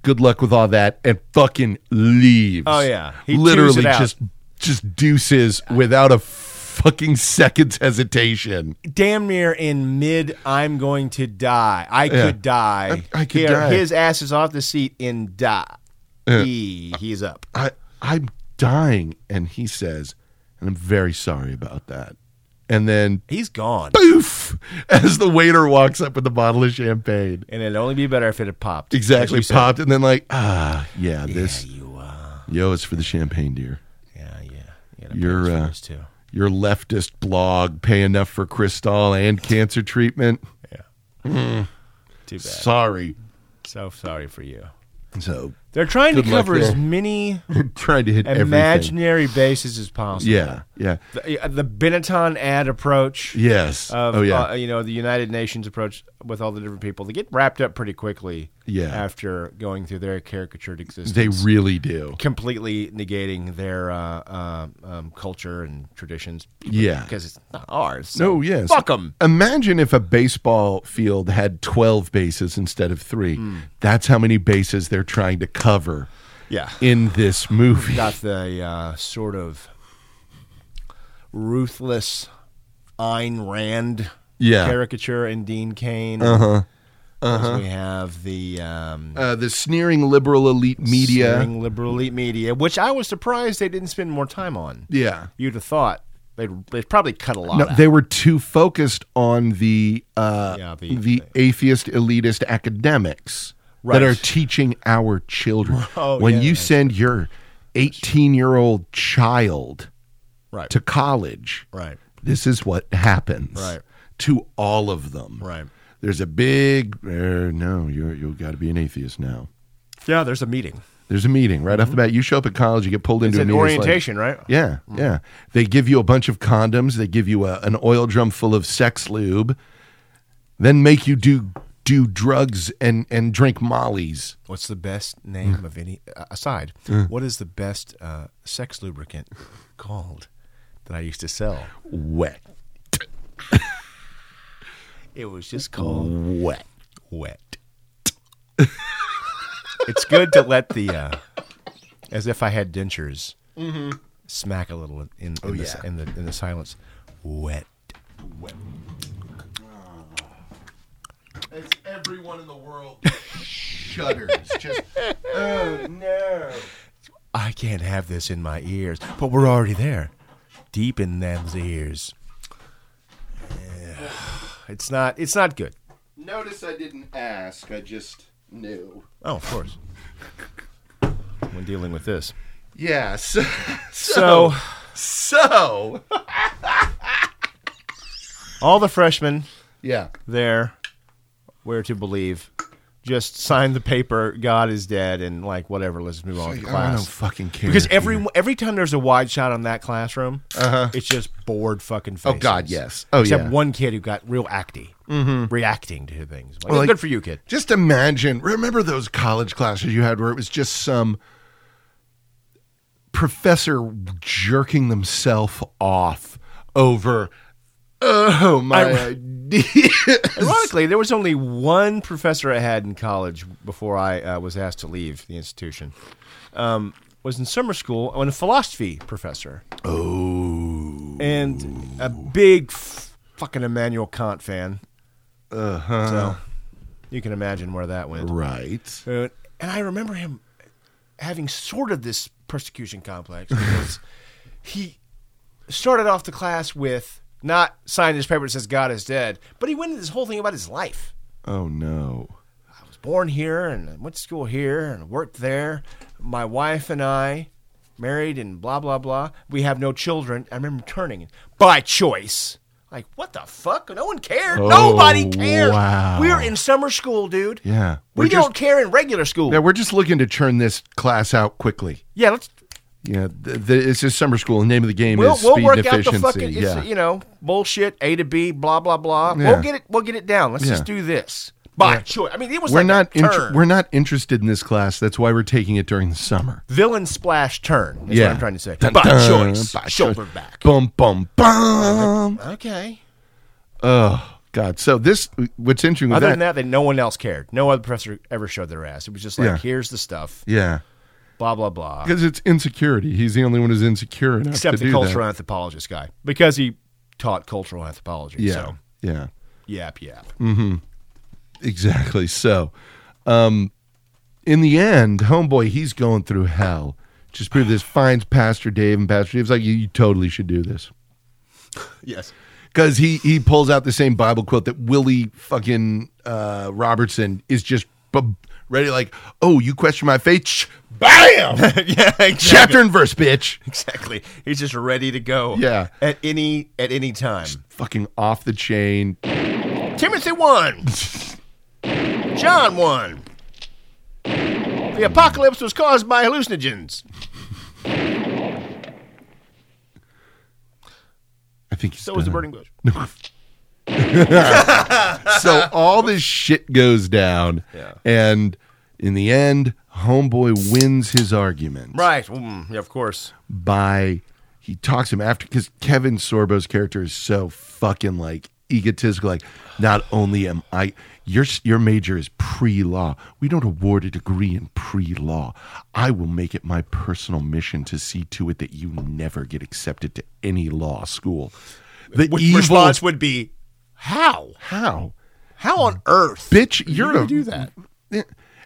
Speaker 1: good luck with all that, and fucking leaves.
Speaker 3: Oh, yeah. He
Speaker 1: literally
Speaker 3: chews it out.
Speaker 1: just just deuces without a fucking second's hesitation.
Speaker 3: Damn near in mid, I'm going to die. I could die.
Speaker 1: I- I could
Speaker 3: Here,
Speaker 1: die.
Speaker 3: His ass is off the seat in die. He, he's up.
Speaker 1: I I'm dying, and he says, and I'm very sorry about that. And then
Speaker 3: He's gone.
Speaker 1: poof, as the waiter walks up with a bottle of champagne,
Speaker 3: And it'd only be better if it had popped. as
Speaker 1: exactly
Speaker 3: you said.
Speaker 1: popped, and then like ah yeah this
Speaker 3: You, uh,
Speaker 1: yo it's for the champagne, dear.
Speaker 3: yeah, yeah. You gotta pay
Speaker 1: You're,
Speaker 3: us for
Speaker 1: uh,
Speaker 3: this, too.
Speaker 1: your leftist blog pay enough for Cristal and cancer treatment.
Speaker 3: Yeah.
Speaker 1: Mm.
Speaker 3: Too bad. So,
Speaker 1: Sorry.
Speaker 3: sorry for you.
Speaker 1: So
Speaker 3: They're trying
Speaker 1: Good
Speaker 3: to
Speaker 1: luck
Speaker 3: cover as
Speaker 1: there.
Speaker 3: many
Speaker 1: trying to hit everything.
Speaker 3: imaginary bases as possible.
Speaker 1: Yeah, yeah,
Speaker 3: The, uh, the Benetton ad approach.
Speaker 1: yes.
Speaker 3: Of,
Speaker 1: oh yeah,
Speaker 3: uh, you know, the United Nations approach with all the different people. They get wrapped up pretty quickly
Speaker 1: Yeah.
Speaker 3: after going through their caricatured existence.
Speaker 1: they really do.
Speaker 3: completely negating their uh, uh, um, culture and traditions.
Speaker 1: Yeah.
Speaker 3: Because it's not ours. so
Speaker 1: No, yes.
Speaker 3: Fuck them.
Speaker 1: Imagine if a baseball field had twelve bases instead of three.
Speaker 3: Hmm.
Speaker 1: That's how many bases they're trying to cover
Speaker 3: Yeah.
Speaker 1: in this movie.
Speaker 3: got the uh, sort of ruthless Ayn Rand
Speaker 1: Yeah.
Speaker 3: caricature in Dean Kane. Uh-huh. We have the um,
Speaker 1: Uh, the sneering liberal elite media.
Speaker 3: sneering liberal elite media, which I was surprised they didn't spend more time on.
Speaker 1: Yeah.
Speaker 3: You'd have thought they'd, they'd probably cut a lot
Speaker 1: No,
Speaker 3: out.
Speaker 1: they were too focused on the uh,
Speaker 3: Yeah,
Speaker 1: the,
Speaker 3: the-
Speaker 1: atheist elitist academics
Speaker 3: Right.
Speaker 1: that are teaching our children.
Speaker 3: Oh,
Speaker 1: when
Speaker 3: yeah,
Speaker 1: you
Speaker 3: that's
Speaker 1: send your eighteen-year-old child
Speaker 3: right.
Speaker 1: to college,
Speaker 3: right.
Speaker 1: this is what happens
Speaker 3: Right.
Speaker 1: to all of them.
Speaker 3: Right.
Speaker 1: There's a big uh, no. You're you got to be an atheist now.
Speaker 3: Yeah, there's a meeting.
Speaker 1: There's a meeting right off the bat. You show up at college, you get pulled into
Speaker 3: Mm-hmm. It's
Speaker 1: a
Speaker 3: an
Speaker 1: meeting. It's like-
Speaker 3: orientation, right?
Speaker 1: yeah, yeah. They give you a bunch of condoms. They give you a, an oil drum full of sex lube, then make you do do drugs and and drink mollies.
Speaker 3: What's the
Speaker 1: Mm.
Speaker 3: best name of any uh, aside? What is the best uh, sex lubricant called that I used to sell?
Speaker 1: Wet,
Speaker 3: It was just called
Speaker 1: wet.
Speaker 3: wet. it's good to let the, uh, as if I had dentures, smack a little in, in, the, s-
Speaker 1: yeah.
Speaker 3: in the in the silence. Wet.
Speaker 1: As everyone in the world shudders. Just oh no.
Speaker 3: I can't have this in my ears, but we're already there, deep in them's ears. Yeah. It's not. It's not good.
Speaker 1: Notice I didn't ask. I just knew.
Speaker 3: Oh, of course. when dealing with this.
Speaker 1: Yeah. So
Speaker 3: So,
Speaker 1: so
Speaker 3: all the freshmen
Speaker 1: yeah.
Speaker 3: there, where to believe, just sign the paper, God is dead, and like whatever, let's move on to
Speaker 1: I don't
Speaker 3: class.
Speaker 1: fucking care
Speaker 3: Because
Speaker 1: if you-
Speaker 3: every every time there's a wide shot on that classroom, it's just bored fucking
Speaker 1: Uh-huh. Oh
Speaker 3: faces.
Speaker 1: God, yes. Oh
Speaker 3: Except
Speaker 1: yeah. Mm-hmm.
Speaker 3: one kid who got real acty, reacting to things. Like,
Speaker 1: Well, like-
Speaker 3: good for you, kid.
Speaker 1: Just imagine. Remember those college classes you had where it was just some professor jerking themselves off over Oh my
Speaker 3: I-
Speaker 1: idea.
Speaker 3: Ironically, there was only one professor I had in college before I uh, was asked to leave the institution. Um, was in summer school and a philosophy professor. Oh. And a big f- fucking Immanuel Kant fan. Uh-huh. So you can imagine where that went.
Speaker 1: Right.
Speaker 3: Uh, and I remember him having sort of this persecution complex because he started off the class with not signing his paper that says God is dead, but he went into this whole thing about his life.
Speaker 1: Oh no.
Speaker 3: I was born here and I went to school here and worked there. My wife and I married and blah blah blah. We have no children. I remember turning by choice. Like what the fuck? No one cared.
Speaker 1: Oh,
Speaker 3: Nobody cared.
Speaker 1: wow.
Speaker 3: We're in summer school, dude.
Speaker 1: Yeah.
Speaker 3: we
Speaker 1: We're just-
Speaker 3: don't care in regular school.
Speaker 1: Yeah, we're just looking to churn this class out quickly.
Speaker 3: Yeah, let's
Speaker 1: Yeah, the, the, it's just summer school. The name of the game
Speaker 3: we'll,
Speaker 1: is
Speaker 3: we'll
Speaker 1: speed
Speaker 3: work
Speaker 1: and efficiency.
Speaker 3: out the fucking it's,
Speaker 1: yeah.
Speaker 3: you know bullshit A to B blah blah blah.
Speaker 1: Yeah.
Speaker 3: We'll get it we'll get it down. Let's
Speaker 1: Yeah.
Speaker 3: just do this by choice. I mean it was
Speaker 1: we're
Speaker 3: like
Speaker 1: not
Speaker 3: a
Speaker 1: inter-
Speaker 3: turn.
Speaker 1: we're not interested in this class. That's why we're taking it during the summer.
Speaker 3: villain splash turn. That's
Speaker 1: yeah,
Speaker 3: what I'm trying to say.
Speaker 1: Dun,
Speaker 3: by
Speaker 1: dun,
Speaker 3: choice,
Speaker 1: by
Speaker 3: shoulder
Speaker 1: choice.
Speaker 3: back.
Speaker 1: Bum bum bum.
Speaker 3: Okay.
Speaker 1: Oh God. So this what's interesting with
Speaker 3: Other
Speaker 1: that,
Speaker 3: than that, that no one else cared. No other professor ever showed their ass. It was just like
Speaker 1: Yeah.
Speaker 3: here's the stuff.
Speaker 1: Yeah,
Speaker 3: Blah blah blah.
Speaker 1: because it's insecurity. He's the only one who's insecure enough
Speaker 3: Except
Speaker 1: to
Speaker 3: the
Speaker 1: do
Speaker 3: cultural
Speaker 1: that.
Speaker 3: anthropologist guy because he taught cultural anthropology.
Speaker 1: Yeah,
Speaker 3: So
Speaker 1: yeah, Mm.
Speaker 3: yap yap.
Speaker 1: exactly. So, um, in the end, homeboy, he's going through hell. Just prove this. Finds Pastor Dave, and Pastor Dave's like, "You, you totally should do this."
Speaker 3: Yes.
Speaker 1: because he he pulls out the same Bible quote that Willie fucking uh, Robertson is just bu- ready like, oh, you question my faith? Shh, bam,
Speaker 3: yeah. Exactly.
Speaker 1: chapter and verse, bitch.
Speaker 3: Exactly. He's just ready to go.
Speaker 1: Yeah.
Speaker 3: At any at any time.
Speaker 1: Fucking off the chain.
Speaker 3: Timothy one. John one. The apocalypse was caused by hallucinogens.
Speaker 1: I think he's
Speaker 3: So was the
Speaker 1: done.
Speaker 3: burning bush.
Speaker 1: So all this shit goes down,
Speaker 3: Yeah.
Speaker 1: and in the end, homeboy wins his argument.
Speaker 3: Right. Mm, yeah, of course.
Speaker 1: by he talks him after because Kevin Sorbo's character is so fucking like egotistical. Like, not only am I your your major is pre law. We don't award a degree in pre law. I will make it my personal mission to see to it that you never get accepted to any law school. The
Speaker 3: Which
Speaker 1: evil
Speaker 3: response would be how?
Speaker 1: how
Speaker 3: How on earth?
Speaker 1: bitch, you're
Speaker 3: gonna
Speaker 1: a,
Speaker 3: do that?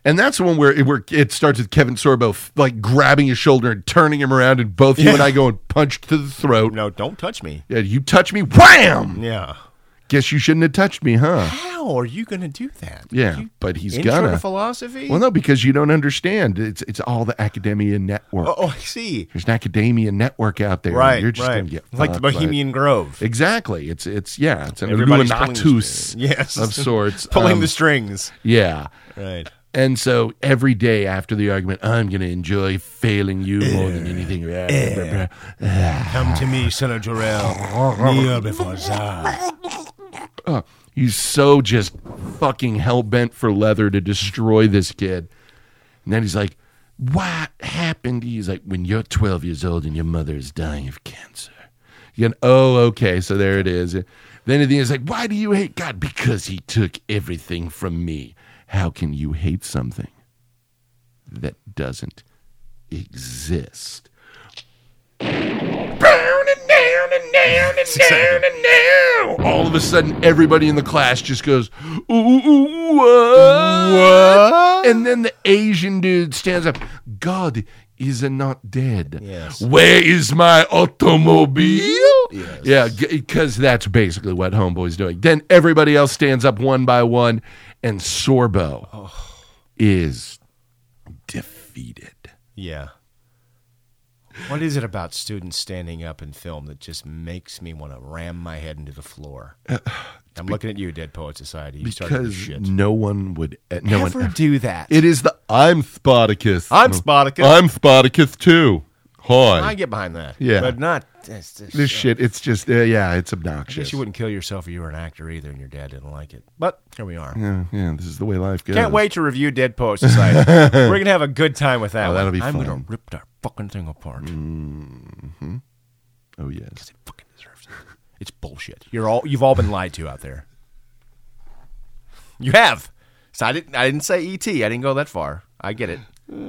Speaker 1: And that's the one where it, where it starts with Kevin Sorbo f- like grabbing his shoulder and turning him around, and both you and I go and punch to the throat.
Speaker 3: No, don't touch me.
Speaker 1: Yeah, you touch me, wham!
Speaker 3: Yeah.
Speaker 1: Guess you shouldn't have touched me, huh?
Speaker 3: How are you going to do that?
Speaker 1: Yeah,
Speaker 3: You
Speaker 1: but he's
Speaker 3: intro
Speaker 1: gonna.
Speaker 3: to philosophy?
Speaker 1: Well, no, because you don't understand. It's it's all the academia network.
Speaker 3: oh, oh, I see.
Speaker 1: There's an academia network out there. and
Speaker 3: Right.
Speaker 1: you're just
Speaker 3: right.
Speaker 1: gonna get
Speaker 3: like the
Speaker 1: fucked by it.
Speaker 3: Bohemian Grove.
Speaker 1: Exactly. It's it's yeah. It's an
Speaker 3: Everybody's pulling the
Speaker 1: Illuminatus
Speaker 3: strings. Yes.
Speaker 1: of sorts.
Speaker 3: Pulling
Speaker 1: Um,
Speaker 3: the strings.
Speaker 1: yeah.
Speaker 3: Right.
Speaker 1: And so every day after the argument, I'm going to enjoy failing you more than anything. Blah, blah, blah, blah.
Speaker 3: Come to me, son of Jorel. Kneel before Zah.
Speaker 1: He's so just fucking hell bent for leather to destroy this kid. And then he's like, What happened? He's like, When you're 12 years old and your mother is dying of cancer. Again, oh, okay, so there it is. Then at the end, it's like, Why do you hate God? Because he took everything from me. How can you hate something that doesn't exist? all of a sudden everybody in the class just goes ooh, ooh, ooh, what? and then the asian dude stands up god is not dead
Speaker 3: Yes.
Speaker 1: where is my automobile yeah because that's basically what homeboy's doing then everybody else stands up one by one and sorbo
Speaker 3: Oh.
Speaker 1: is defeated
Speaker 3: Yeah. What is it about students standing up in film that just makes me want to ram my head into the floor? I'm looking at you, Dead Poet Society. You started
Speaker 1: because
Speaker 3: this shit.
Speaker 1: no one would e, no
Speaker 3: Never
Speaker 1: one
Speaker 3: do that.
Speaker 1: It is the I'm Spartacus.
Speaker 3: I'm Spartacus.
Speaker 1: I'm Spartacus too.
Speaker 3: I
Speaker 1: Hi.
Speaker 3: get behind that.
Speaker 1: Yeah.
Speaker 3: But not this, this
Speaker 1: This
Speaker 3: shit.
Speaker 1: shit, it's just, uh, yeah, it's
Speaker 3: I
Speaker 1: obnoxious.
Speaker 3: guess you wouldn't kill yourself if you were an actor either and your dad didn't like it. But here we are.
Speaker 1: Yeah, yeah, this is the way life goes.
Speaker 3: Can't wait to review Dead Poet Society. We're going to have a good time with that.
Speaker 1: Oh,
Speaker 3: one.
Speaker 1: that'll be
Speaker 3: I'm
Speaker 1: fun.
Speaker 3: going to rip that fucking thing apart.
Speaker 1: Oh, yes.
Speaker 3: It fucking deserves it. It's bullshit. You're all you've all been lied to out there. You have. So I didn't. I didn't say E.T. I didn't go that far. I get it.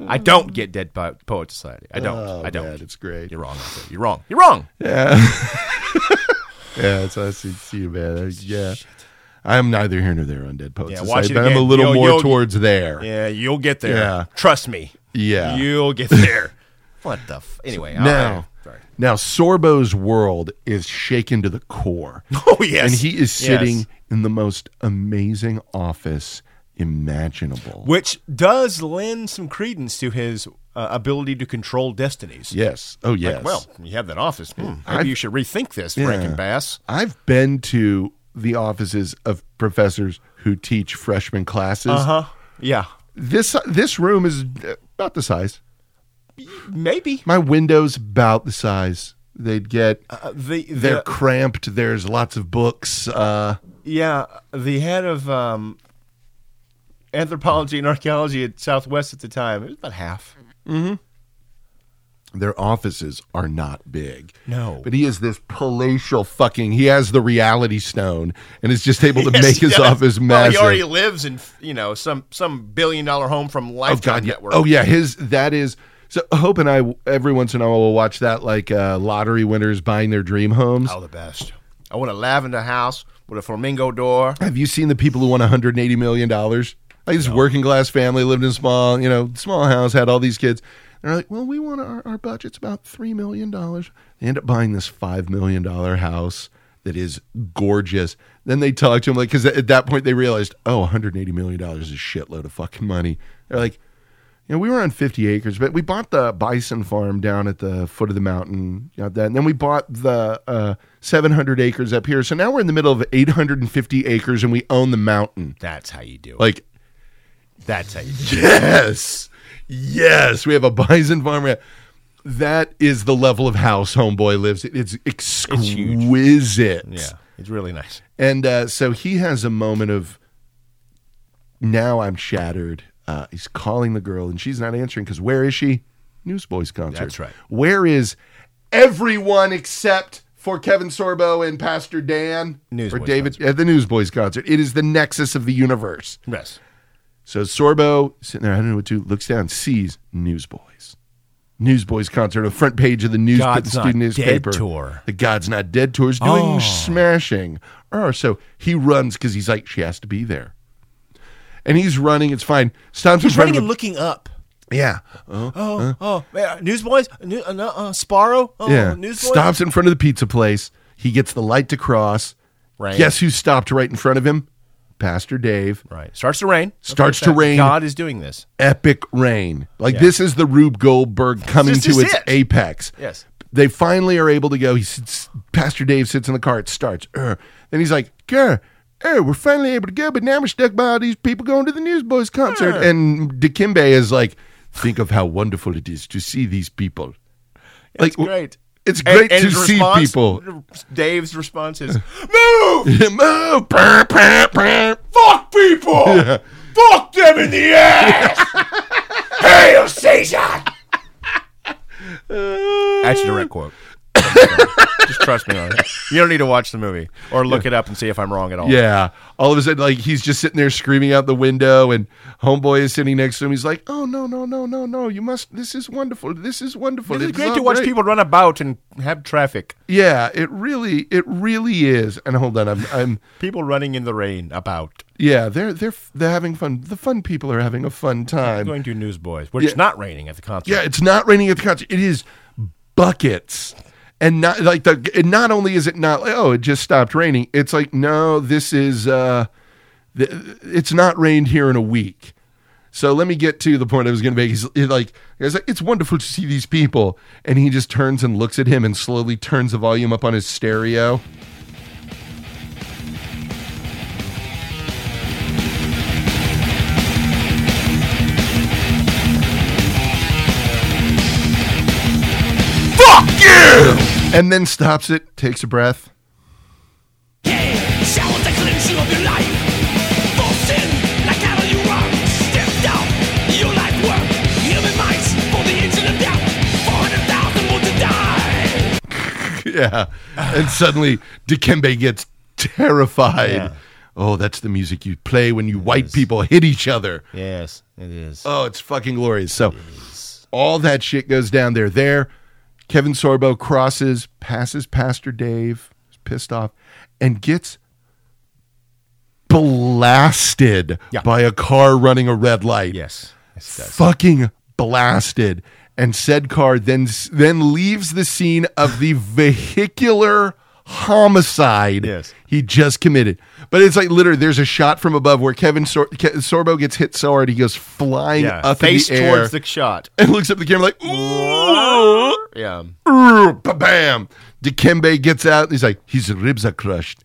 Speaker 3: I don't get Dead Po- Poet Society. I don't.
Speaker 1: Oh,
Speaker 3: I don't.
Speaker 1: man, it's great.
Speaker 3: You're wrong. Arthur. You're wrong. You're wrong.
Speaker 1: Yeah, it's I see, see you, man. I- yeah, I'm neither here nor there on Dead Poets
Speaker 3: Yeah, watch
Speaker 1: Society,
Speaker 3: it
Speaker 1: but I'm a
Speaker 3: again.
Speaker 1: little
Speaker 3: Yo,
Speaker 1: more
Speaker 3: yo.
Speaker 1: towards there.
Speaker 3: Yeah, you'll get there.
Speaker 1: Yeah.
Speaker 3: Trust me.
Speaker 1: Yeah.
Speaker 3: You'll get there. what the f- Anyway, all
Speaker 1: Now,
Speaker 3: right. Sorry.
Speaker 1: now Sorbo's world is shaken to the core,
Speaker 3: Oh, yes.
Speaker 1: and he is
Speaker 3: Yes.
Speaker 1: sitting in the most amazing office imaginable.
Speaker 3: Which does lend some credence to his uh, ability to control destinies.
Speaker 1: yes. Oh, yes.
Speaker 3: Like, well, you have that office. Hmm, maybe
Speaker 1: I've-
Speaker 3: you should rethink this,
Speaker 1: Yeah.
Speaker 3: Franken Bass.
Speaker 1: I've been to the offices of professors who teach freshman classes.
Speaker 3: Uh huh. Yeah.
Speaker 1: This this room is uh, about the size.
Speaker 3: Maybe.
Speaker 1: My window's about the size they'd get.
Speaker 3: Uh, the,
Speaker 1: They're
Speaker 3: the
Speaker 1: cramped. There's lots of books. Uh,
Speaker 3: yeah the head of um, anthropology and archaeology at Southwest at the time it was about half.
Speaker 1: their offices are not big.
Speaker 3: No.
Speaker 1: But he is this palatial fucking. He has the reality stone and is just able to
Speaker 3: Yes,
Speaker 1: make his
Speaker 3: yeah.
Speaker 1: office
Speaker 3: Well, he
Speaker 1: massive.
Speaker 3: already lives in you know some some billion dollar home from
Speaker 1: oh
Speaker 3: Lifetime
Speaker 1: god, yeah.
Speaker 3: Network.
Speaker 1: Oh yeah, his that is. So Hope and I every once in a while will watch that like uh, lottery winners buying their dream homes.
Speaker 3: Oh, the best. I want a lavender house with a flamingo door.
Speaker 1: Have you seen the people who won 180 million dollars? Like this working class family lived in a small, you know, small house, had all these kids. They're like, well, we want our, our budget's about three million dollars. They end up buying this five million dollar house that is gorgeous. Then they talk to him like, because at that point they realized, oh, 180 million dollars is a shitload of fucking money. They're like, you know, we were on 50 acres, but we bought the bison farm down at the foot of the mountain. You know, that, and then we bought the uh, 700 acres up here. So now we're in the middle of 850 acres and we own the mountain.
Speaker 3: That's how you do it.
Speaker 1: Like,
Speaker 3: That's how you do it.
Speaker 1: yes, yes, we have a bison farm. We have- That is the level of house Homeboy lives. in. It's
Speaker 3: huge.
Speaker 1: exquisite.
Speaker 3: Yeah, it's really nice.
Speaker 1: And uh, so he has a moment of now I'm shattered. Uh, he's calling the girl and she's not answering because where is she? Newsboys concert.
Speaker 3: That's right.
Speaker 1: Where is everyone except for Kevin Sorbo and Pastor Dan
Speaker 3: Newsboys
Speaker 1: or David at the Newsboys concert? It is the nexus of the universe.
Speaker 3: Yes.
Speaker 1: So Sorbo sitting there, I don't know what to do, looks down, sees Newsboys. Newsboys concert, a front page of the news
Speaker 3: God's
Speaker 1: student
Speaker 3: Not Dead
Speaker 1: newspaper.
Speaker 3: tour.
Speaker 1: The God's Not Dead tour is doing
Speaker 3: Oh.
Speaker 1: smashing. Oh, so he runs because he's like, she has to be there. And he's running, it's fine. Stops in
Speaker 3: He's
Speaker 1: front
Speaker 3: running
Speaker 1: of
Speaker 3: and
Speaker 1: him.
Speaker 3: looking up.
Speaker 1: yeah. Oh,
Speaker 3: Oh, oh, man, uh, Newsboys, uh, new, uh, no, uh, Sparrow, oh,
Speaker 1: yeah.
Speaker 3: Newsboys.
Speaker 1: Stops in front of the pizza place. He gets the light to cross.
Speaker 3: Right.
Speaker 1: Guess who stopped right in front of him? Pastor Dave.
Speaker 3: Right. Starts to rain.
Speaker 1: Starts
Speaker 3: Okay,
Speaker 1: to rain.
Speaker 3: God is doing this.
Speaker 1: epic rain. Like
Speaker 3: Yeah.
Speaker 1: this is the Rube Goldberg coming
Speaker 3: This
Speaker 1: to
Speaker 3: is
Speaker 1: its
Speaker 3: it.
Speaker 1: apex.
Speaker 3: Yes.
Speaker 1: They finally are able to go. He sits, Pastor Dave sits in the car. It starts. "Er." Then he's like, "Grr, er, we're finally able to go, but now we're stuck by all these people going to the Newsboys concert."
Speaker 3: Uh.
Speaker 1: And Dikembe is like, "Think of how wonderful it is to see these people."
Speaker 3: It's
Speaker 1: w-
Speaker 3: great.
Speaker 1: It's
Speaker 3: And-
Speaker 1: great
Speaker 3: and
Speaker 1: to
Speaker 3: his
Speaker 1: see
Speaker 3: response-
Speaker 1: people.
Speaker 3: Dave's response is, "Move,
Speaker 1: Move, Oh, brr, brr, brr.
Speaker 2: Fuck people! Fuck them in the ass! Hail Caesar!
Speaker 3: That's a direct quote. Just trust me on it. You don't need to watch the movie or look it up and see if I'm wrong at all.
Speaker 1: Yeah. All of a sudden, like he's just sitting there screaming out the window, and homeboy is sitting next to him. He's like, "Oh no, no, no, no, no! You must. This is wonderful. This is wonderful.
Speaker 3: It's
Speaker 1: It's
Speaker 3: great
Speaker 1: all
Speaker 3: to watch
Speaker 1: great."
Speaker 3: people run about and have traffic.
Speaker 1: Yeah. It really, it really is. And hold on, I'm, I'm.
Speaker 3: People running in the rain about
Speaker 1: Yeah, they're they're they're having fun. The fun people are having a fun time.
Speaker 3: going to Newsboys, where
Speaker 1: Yeah.
Speaker 3: it's not raining at the concert.
Speaker 1: Yeah, it's not raining at the concert. It is buckets. And not like the and not only is it not like, oh, it just stopped raining. It's like, no, this is uh th- it's not rained here in a week. So let me get to the point I was going to make. He's he's like, he's like, it's wonderful to see these people, and he just turns and looks at him, and slowly turns the volume up on his stereo.
Speaker 2: Fuck you!
Speaker 1: and then stops it, takes a breath.
Speaker 4: Hey, shower the cleansing of your life. For sin, like cattle you are. Step down, your life work. Human minds, for the engine of death. 400,000 will to die.
Speaker 1: Yeah. And suddenly Dikembe gets terrified.
Speaker 3: Yeah.
Speaker 1: Oh, that's the music you play when you white people hit each other.
Speaker 3: Yes, it is.
Speaker 1: Oh, it's fucking glorious. So all that shit goes down there. There, Kevin Sorbo crosses, passes Pastor Dave, is pissed off, and gets blasted
Speaker 3: Yeah.
Speaker 1: by a car running a red light
Speaker 3: yes, yes, it does.
Speaker 1: fucking blasted. And said car then then leaves the scene of the vehicular homicide
Speaker 3: Yes.
Speaker 1: he just committed. But it's like literally, there's a shot from above where Kevin Sor- Ke- Sorbo gets hit so hard he goes flying
Speaker 3: Yeah,
Speaker 1: up
Speaker 3: face
Speaker 1: in the air
Speaker 3: towards the shot.
Speaker 1: and looks up at the camera like, ooh,
Speaker 3: Yeah.
Speaker 1: bam. Dikembe gets out. and He's like, his ribs are crushed.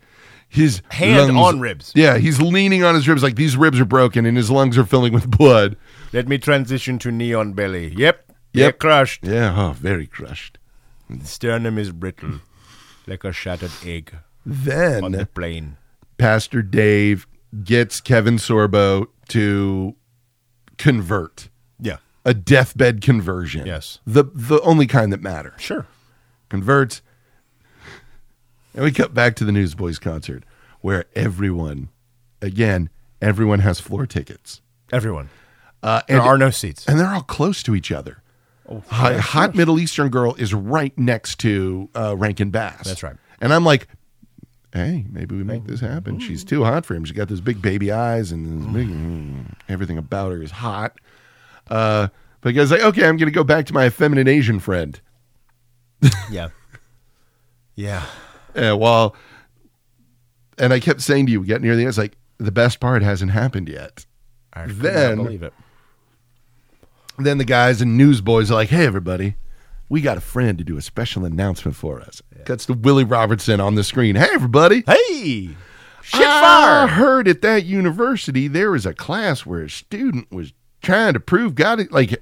Speaker 1: His
Speaker 3: Hand
Speaker 1: lungs-
Speaker 3: on ribs.
Speaker 1: Yeah, he's leaning on his ribs like these ribs are broken and his lungs are filling with blood.
Speaker 3: Let me transition to neon belly. Yep.
Speaker 1: Yep.
Speaker 3: Yep. crushed.
Speaker 1: Yeah, oh, very crushed.
Speaker 3: Sternum is brittle, like a shattered egg on
Speaker 1: Then
Speaker 3: the plane.
Speaker 1: Pastor Dave gets Kevin Sorbo to convert
Speaker 3: Yeah.
Speaker 1: a deathbed conversion.
Speaker 3: Yes.
Speaker 1: the the only kind that matters.
Speaker 3: Sure.
Speaker 1: Converts, and we cut back to the Newsboys concert where everyone, again, everyone has floor tickets.
Speaker 3: Everyone.
Speaker 1: Uh,
Speaker 3: There
Speaker 1: and,
Speaker 3: are no seats.
Speaker 1: and they're all close to each other.
Speaker 3: Oh,
Speaker 1: Hi- hot Middle Eastern girl is right next to uh, Rankin Bass.
Speaker 3: That's right.
Speaker 1: And I'm like, hey, maybe we make this
Speaker 3: Mm.
Speaker 1: happen. She's too hot for him. She got those big baby eyes and this big, mm, everything about her is hot. Uh, but the guy's like, okay, I'm going to go back to my effeminate Asian friend.
Speaker 3: Yeah. Yeah.
Speaker 1: Uh, while, and I kept saying to you, we got near the end. It's like the best part hasn't happened yet.
Speaker 3: I could
Speaker 1: Then-
Speaker 3: not believe it.
Speaker 1: then the guys and newsboys are like, "Hey, everybody, we got a friend to do a special announcement for us." Cuts to Willie Robertson on the screen. Hey, everybody!
Speaker 3: Hey! Shit
Speaker 1: I
Speaker 3: fire!
Speaker 1: heard at that university there was a class where a student was trying to prove God. is-" Like,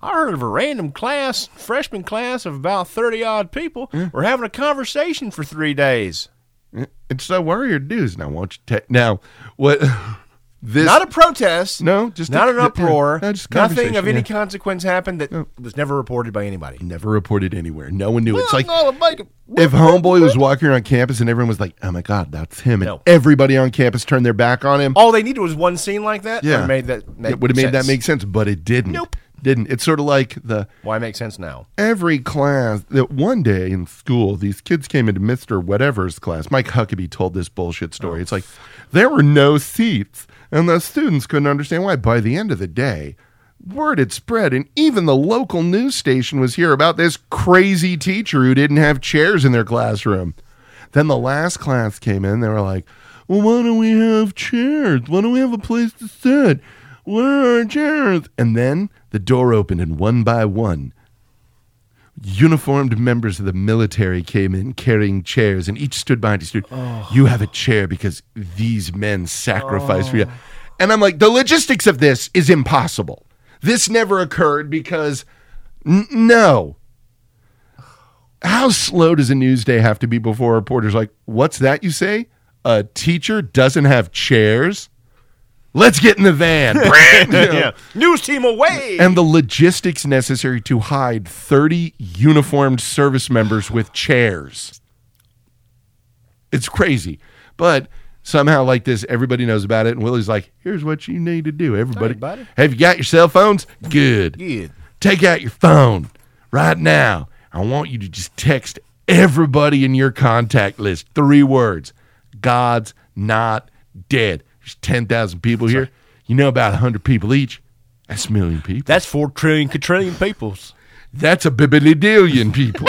Speaker 3: I heard of a random class, freshman class of about 30 odd people.
Speaker 1: Mm.
Speaker 3: We're having a conversation for three days.
Speaker 1: and so what are your dues? Now, won't you take now what this?
Speaker 3: Not a protest.
Speaker 1: No, just
Speaker 3: not
Speaker 1: a-
Speaker 3: an uproar.
Speaker 1: yeah, no, just
Speaker 3: Nothing of
Speaker 1: conversation,
Speaker 3: any
Speaker 1: yeah.
Speaker 3: consequence happened that was never reported by anybody.
Speaker 1: never reported anywhere. No one knew. It's like
Speaker 3: like
Speaker 1: if Homeboy was walking around campus and everyone was like, "Oh my God, that's him," and
Speaker 3: No.
Speaker 1: everybody on campus turned their back on him.
Speaker 3: all they needed was one scene like that.
Speaker 1: Yeah,
Speaker 3: would've made that. Make
Speaker 1: it would have made that
Speaker 3: sense.
Speaker 1: make sense, but it didn't.
Speaker 3: Nope.
Speaker 1: didn't. It's sort of like the
Speaker 3: Why make sense now?
Speaker 1: every class that one day in school these kids came into Mister Whatever's class. Mike Huckabee told this bullshit story. it's like there were no seats, and the students couldn't understand why. By the end of the day. Word had spread, and even the local news station was here about this crazy teacher who didn't have chairs in their classroom. Then the last class came in. They were like, "Well, why don't we have chairs? Why don't we have a place to sit? Where are our chairs?" And then the door opened, and one by one, uniformed members of the military came in carrying chairs, and each stood behind each student. You have a chair because these men sacrificed for you. And I'm like, the logistics of this is impossible. This never occurred because n- no, how slow does a news day have to be before a reporter's like, what's that you say? A teacher doesn't have chairs? Let's get in the van.
Speaker 3: Yeah. News team away.
Speaker 1: and the logistics necessary to hide 30 uniformed service members with chairs. It's crazy. But somehow, like this, everybody knows about it. And Willie's like, here's what you need to do. Everybody,
Speaker 3: Everybody.
Speaker 1: have you got your cell phones? Good
Speaker 3: Good.
Speaker 1: take out your phone right now. I want you to just text everybody in your contact list three words God's not dead. There's 10,000 people here. You know about 100 people each. That's a million people.
Speaker 3: That's four trillion quadrillion peoples.
Speaker 1: That's a bibilidillion people.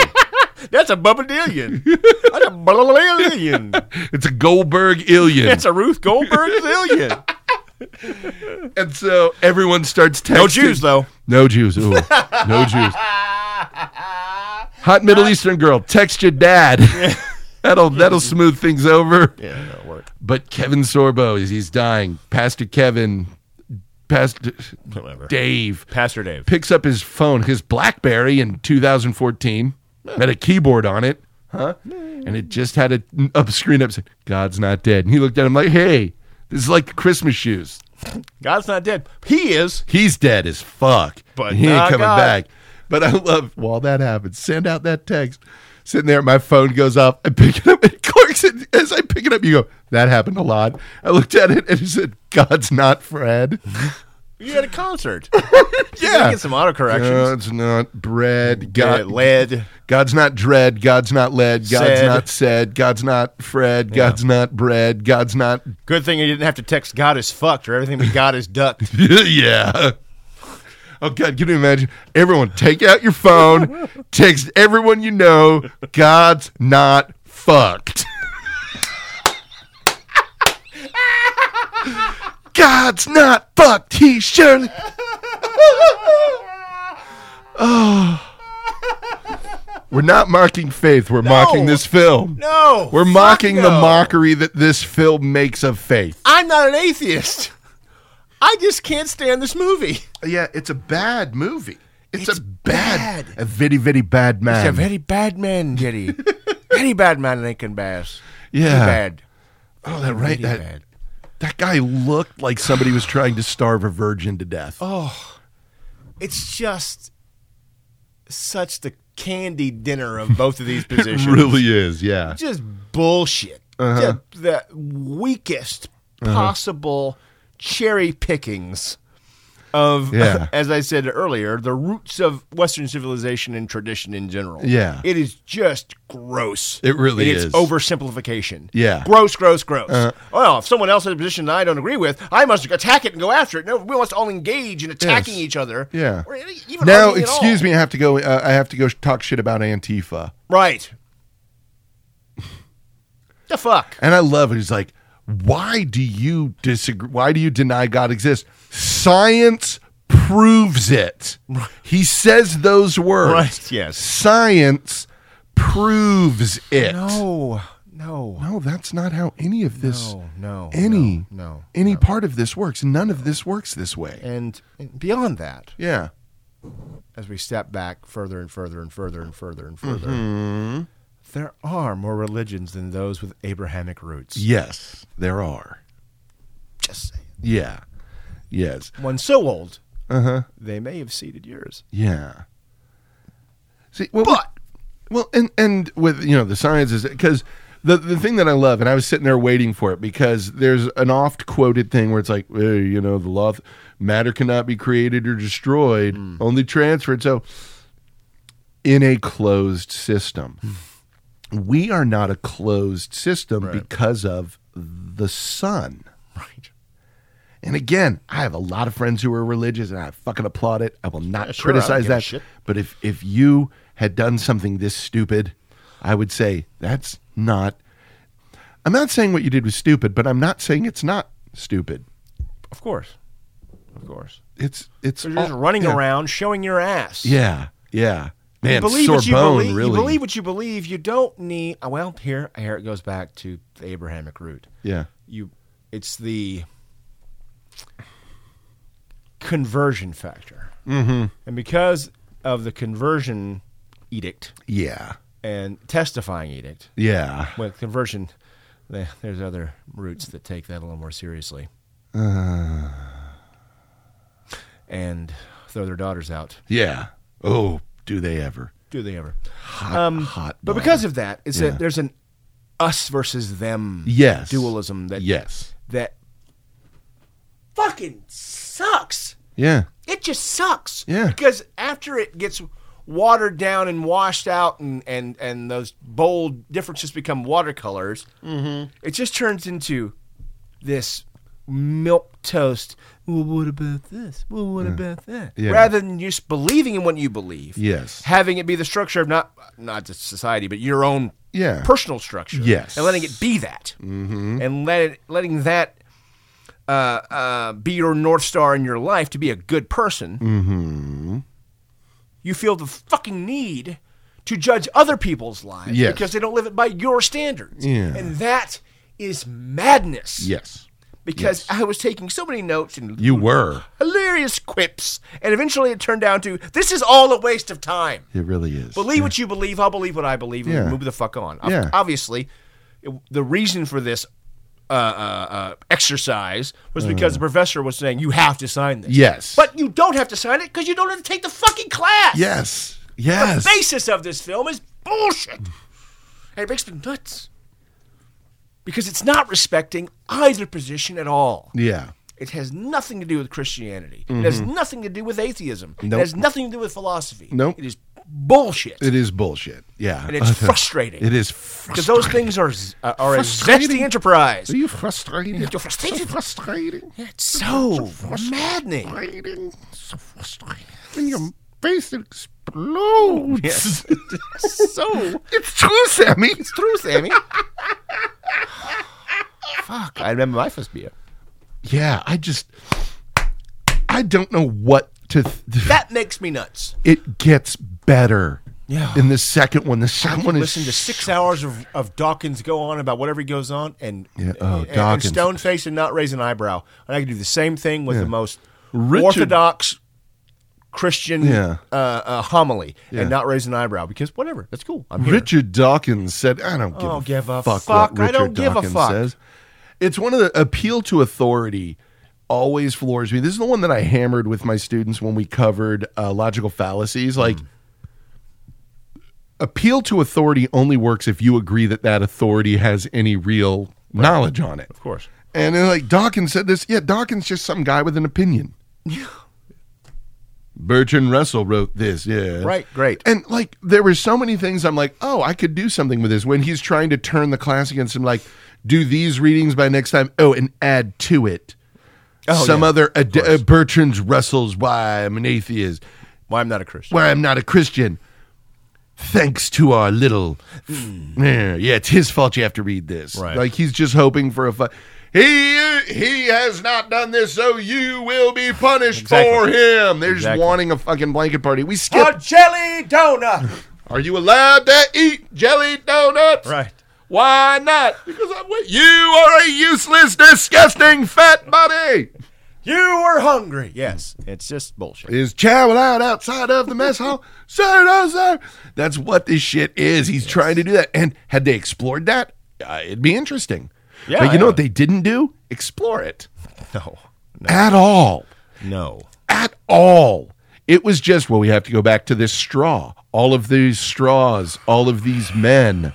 Speaker 3: That's a bubbadillion. That's a bubbadillion.
Speaker 1: it's a Goldberg illion.
Speaker 3: That's a Ruth Goldberg zillion.
Speaker 1: and so everyone starts texting.
Speaker 3: No Jews though.
Speaker 1: No Jews. Ooh, no Jews. Hot Middle Eastern girl, text your dad. that'll that'll smooth things over.
Speaker 3: Yeah, that'll work.
Speaker 1: But Kevin Sorbo is he's dying. Pastor Kevin, Pastor
Speaker 3: Whatever.
Speaker 1: Dave
Speaker 3: Pastor Dave.
Speaker 1: picks up his phone, his BlackBerry in 2014, had a keyboard on it, huh? And it just had a up screen up said, "God's not dead." And he looked at him like, "Hey, this is like the Christmas shoes.
Speaker 3: God's not dead. He is.
Speaker 1: He's dead as fuck,
Speaker 3: But
Speaker 1: and he ain't
Speaker 3: not
Speaker 1: coming
Speaker 3: God.
Speaker 1: back." But I love while that happens, send out that text. sitting there. My phone goes off. I pick it up. It corks. And as I pick it up, you go, that happened a lot. I looked at it and it said, God's not Fred.
Speaker 3: You had a concert.
Speaker 1: yeah.
Speaker 3: Get some autocorrections.
Speaker 1: God's not bread.
Speaker 3: Got
Speaker 1: God,
Speaker 3: lead.
Speaker 1: God's not dread. God's not lead. God's
Speaker 3: Said.
Speaker 1: not said. God's not Fred. God's not bread. God's not.
Speaker 3: Good thing you didn't have to text God is fucked or everything we got is ducked.
Speaker 1: yeah. Oh God, can you imagine? Everyone, take out your phone. text everyone you know. God's not fucked. God's not fucked. He surely. oh. We're not mocking faith. We're mocking this film.
Speaker 3: No.
Speaker 1: We're
Speaker 3: fuck
Speaker 1: mocking the
Speaker 3: no.
Speaker 1: mockery that this film makes of faith.
Speaker 3: I'm not an atheist. I just can't stand this movie.
Speaker 1: Yeah, it's a bad movie. It's,
Speaker 3: It's
Speaker 1: a bad,
Speaker 3: bad.
Speaker 1: a very, very bad man.
Speaker 3: It's a very bad man, Jerry. very bad man, Lincoln Bass.
Speaker 1: Yeah.
Speaker 3: Bad.
Speaker 1: oh, that right.
Speaker 3: Really
Speaker 1: That,
Speaker 3: bad.
Speaker 1: that guy looked like somebody was trying to starve a virgin to death. Oh,
Speaker 3: It's just such the candy dinner of both of these positions.
Speaker 1: is. Yeah.
Speaker 3: Just bullshit.
Speaker 1: Uh-huh.
Speaker 3: Just the weakest possible cherry pickings of,
Speaker 1: Yeah.
Speaker 3: as I said earlier, the roots of Western civilization and tradition in general.
Speaker 1: Yeah.
Speaker 3: It is just gross.
Speaker 1: It really
Speaker 3: And
Speaker 1: is.
Speaker 3: It's oversimplification.
Speaker 1: Yeah. Uh-huh.
Speaker 3: Gross, gross, gross. well, if someone else has a position that I don't agree with, I must attack it and go after it. No, we must all engage in attacking
Speaker 1: Yes.
Speaker 3: each other.
Speaker 1: Yeah.
Speaker 3: Or even
Speaker 1: Now,
Speaker 3: arguing at all.
Speaker 1: excuse me. I have to go. Uh, I have to go sh- talk shit about Antifa.
Speaker 3: Right. the fuck?
Speaker 1: And I love it. He's like, why do you disagree? Why do you deny God exists? Science proves it. He says those words.
Speaker 3: Right, yes.
Speaker 1: Science proves it.
Speaker 3: No, no,
Speaker 1: No, that's not how any of this,
Speaker 3: No, no,
Speaker 1: any,
Speaker 3: no, no,
Speaker 1: any part of this works. None of this works this way.
Speaker 3: and and beyond that,
Speaker 1: Yeah.
Speaker 3: as we step back further and further and further and further and further,
Speaker 1: Mm-hmm.
Speaker 3: there are more religions than those with Abrahamic roots.
Speaker 1: Yes, there are.
Speaker 3: Just saying.
Speaker 1: Yeah. Yes.
Speaker 3: One so old,
Speaker 1: Uh huh.
Speaker 3: they may have seeded yours.
Speaker 1: Yeah. See, well, but well, and and with you know the sciences because the the thing that I love, and I was sitting there waiting for it because there's an oft quoted thing where it's like, eh, you know, the law of matter cannot be created or destroyed,
Speaker 3: Mm.
Speaker 1: only transferred. So, in a closed system,
Speaker 3: Hmm.
Speaker 1: we are not a closed system because of the sun.
Speaker 3: Right.
Speaker 1: And again, I have a lot of friends who are religious, and I fucking applaud it. I will not
Speaker 3: Yeah, sure, I don't
Speaker 1: criticize
Speaker 3: give a
Speaker 1: that.
Speaker 3: shit.
Speaker 1: But if if you had done something this stupid, I would say that's not. I'm not saying what you did was stupid, but I'm not saying it's not stupid.
Speaker 3: Of course. Of course.
Speaker 1: It's it's
Speaker 3: So you're just
Speaker 1: all-
Speaker 3: running
Speaker 1: Oh, yeah.
Speaker 3: around showing your ass.
Speaker 1: Yeah, yeah. Man,
Speaker 3: you believe what you
Speaker 1: Sorbonne,
Speaker 3: believe.
Speaker 1: really.
Speaker 3: You believe what you believe. You don't need. oh, Well, here, here it goes back to the Abrahamic root.
Speaker 1: yeah,
Speaker 3: You, it's the conversion factor, mm-hmm. and because of the conversion edict
Speaker 1: yeah,
Speaker 3: and testifying edict,
Speaker 1: yeah.
Speaker 3: well, conversion. there- There's other roots that take that a little more seriously, and throw their daughters out.
Speaker 1: Yeah. Oh, do they ever?
Speaker 3: Do they ever?
Speaker 1: Hot, hot.
Speaker 3: Um, But
Speaker 1: dog.
Speaker 3: because of that, it's
Speaker 1: Yeah.
Speaker 3: that there's an us versus them
Speaker 1: yes,
Speaker 3: dualism that
Speaker 1: Yes.
Speaker 3: that fucking sucks.
Speaker 1: Yeah.
Speaker 3: It just sucks.
Speaker 1: Yeah.
Speaker 3: Because after it gets watered down and washed out and and and those bold differences become watercolors,
Speaker 1: Mm-hmm.
Speaker 3: it just turns into this milk toast. Well, what about this? Well, what about that?
Speaker 1: Yeah.
Speaker 3: Rather than just believing in what you believe.
Speaker 1: Yes.
Speaker 3: Having it be the structure of not not just society, but your own
Speaker 1: Yeah.
Speaker 3: personal structure.
Speaker 1: Yes.
Speaker 3: And letting it be that. Mm-hmm. And let it, letting that uh, uh, be your north star in your life to be a good person. Mm-hmm. You feel the fucking need to judge other people's lives
Speaker 1: Yes.
Speaker 3: because they don't live it by your standards.
Speaker 1: Yeah.
Speaker 3: And that is madness.
Speaker 1: Yes.
Speaker 3: Because I was taking so many notes and
Speaker 1: You were.
Speaker 3: hilarious quips, and eventually it turned down to this is all a waste of time.
Speaker 1: It really is.
Speaker 3: Believe what you believe. I'll believe what I believe. And
Speaker 1: Yeah.
Speaker 3: move the fuck on. Ob-
Speaker 1: Yeah.
Speaker 3: Obviously, it- the reason for this uh, uh, uh, exercise was because the professor was saying you have to sign this.
Speaker 1: Uh-huh. Yes.
Speaker 3: But you don't have to sign it because you don't have to take the fucking class.
Speaker 1: yes.
Speaker 3: The
Speaker 1: Yes.
Speaker 3: basis of this film is bullshit. And it makes me nuts. Because it's not respecting either position at all.
Speaker 1: Yeah. Mm-hmm.
Speaker 3: It has nothing to do with Christianity. It has nothing to do with atheism.
Speaker 1: Nope.
Speaker 3: It has nothing to do with philosophy.
Speaker 1: Nope.
Speaker 3: It is bullshit.
Speaker 1: It is bullshit. Yeah.
Speaker 3: and it's frustrating.
Speaker 1: It is
Speaker 3: Because
Speaker 1: frustrating.
Speaker 3: those things are, z- are are a
Speaker 1: Frustrating.
Speaker 3: zesty enterprise.
Speaker 1: Are you frustrated?
Speaker 3: You're frustrated.
Speaker 1: So frustrating.
Speaker 3: It's so maddening.
Speaker 1: Frustrating. So frustrating. And your face explodes.
Speaker 3: Yes.
Speaker 1: so. It's true, Sammy.
Speaker 3: It's true, Sammy. Fuck, I remember my first beer.
Speaker 1: Yeah, I just. I don't know what to. Th-
Speaker 3: That makes me nuts.
Speaker 1: it gets better.
Speaker 3: Yeah.
Speaker 1: In the second one, the second one is
Speaker 3: Listen to six hours of, of Dawkins go on about whatever he goes on and,
Speaker 1: Yeah, oh,
Speaker 3: and, and
Speaker 1: Dawkins.
Speaker 3: stone face and not raise an eyebrow. And I can do the same thing with the most
Speaker 1: Richard-
Speaker 3: orthodox Christian
Speaker 1: Yeah.
Speaker 3: uh, uh, homily
Speaker 1: Yeah.
Speaker 3: and not raise an eyebrow because whatever, that's cool. I'm here.
Speaker 1: Richard Dawkins said, "I don't give,
Speaker 3: don't
Speaker 1: a,
Speaker 3: give a
Speaker 1: fuck,
Speaker 3: fuck.
Speaker 1: what
Speaker 3: I
Speaker 1: Richard
Speaker 3: don't give a
Speaker 1: Dawkins
Speaker 3: fuck.
Speaker 1: says." It's one of the appeal to authority always floors me. This is the one that I hammered with my students when we covered uh, logical fallacies. Like,
Speaker 3: Mm.
Speaker 1: appeal to authority only works if you agree that that authority has any real knowledge on it. Of
Speaker 3: course.
Speaker 1: And they're like Dawkins said this. Yeah, Dawkins just some guy with an opinion. Bertrand Russell wrote this. Yeah.
Speaker 3: Right, great.
Speaker 1: And like there were so many things I'm like, "Oh, I could do something with this." When he's trying to turn the class against him like, "Do these readings by next time." Oh, and add to it
Speaker 3: Oh,
Speaker 1: some
Speaker 3: yeah,
Speaker 1: other ad- uh, Bertrand Russell's why I'm an atheist,
Speaker 3: Why I'm not a Christian.
Speaker 1: why I'm not a Christian. Thanks to our little, yeah, yeah, it's his fault. You have to read this.
Speaker 3: Hmm. Right.
Speaker 1: Like he's just hoping for a. Fu- he he has not done this, so you will be punished
Speaker 3: Exactly.
Speaker 1: for him. They're just
Speaker 3: Exactly.
Speaker 1: wanting a fucking blanket party. We skip.
Speaker 3: A jelly donut.
Speaker 1: Are you allowed to eat jelly donuts?
Speaker 3: Right.
Speaker 1: Why not? Because I'm with you are a useless, disgusting fat body.
Speaker 3: You were hungry. Yes. It's just bullshit.
Speaker 1: Is chow allowed outside of the mess hall? sir, no, sir. That's what this shit is. He's trying to do that. And had they explored that, uh, it'd be interesting.
Speaker 3: Yeah,
Speaker 1: but you
Speaker 3: yeah.
Speaker 1: know what they didn't do? Explore it
Speaker 3: No.
Speaker 1: at all.
Speaker 3: No.
Speaker 1: at all. It was just, well, we have to go back to this straw. All of these straws, all of these men.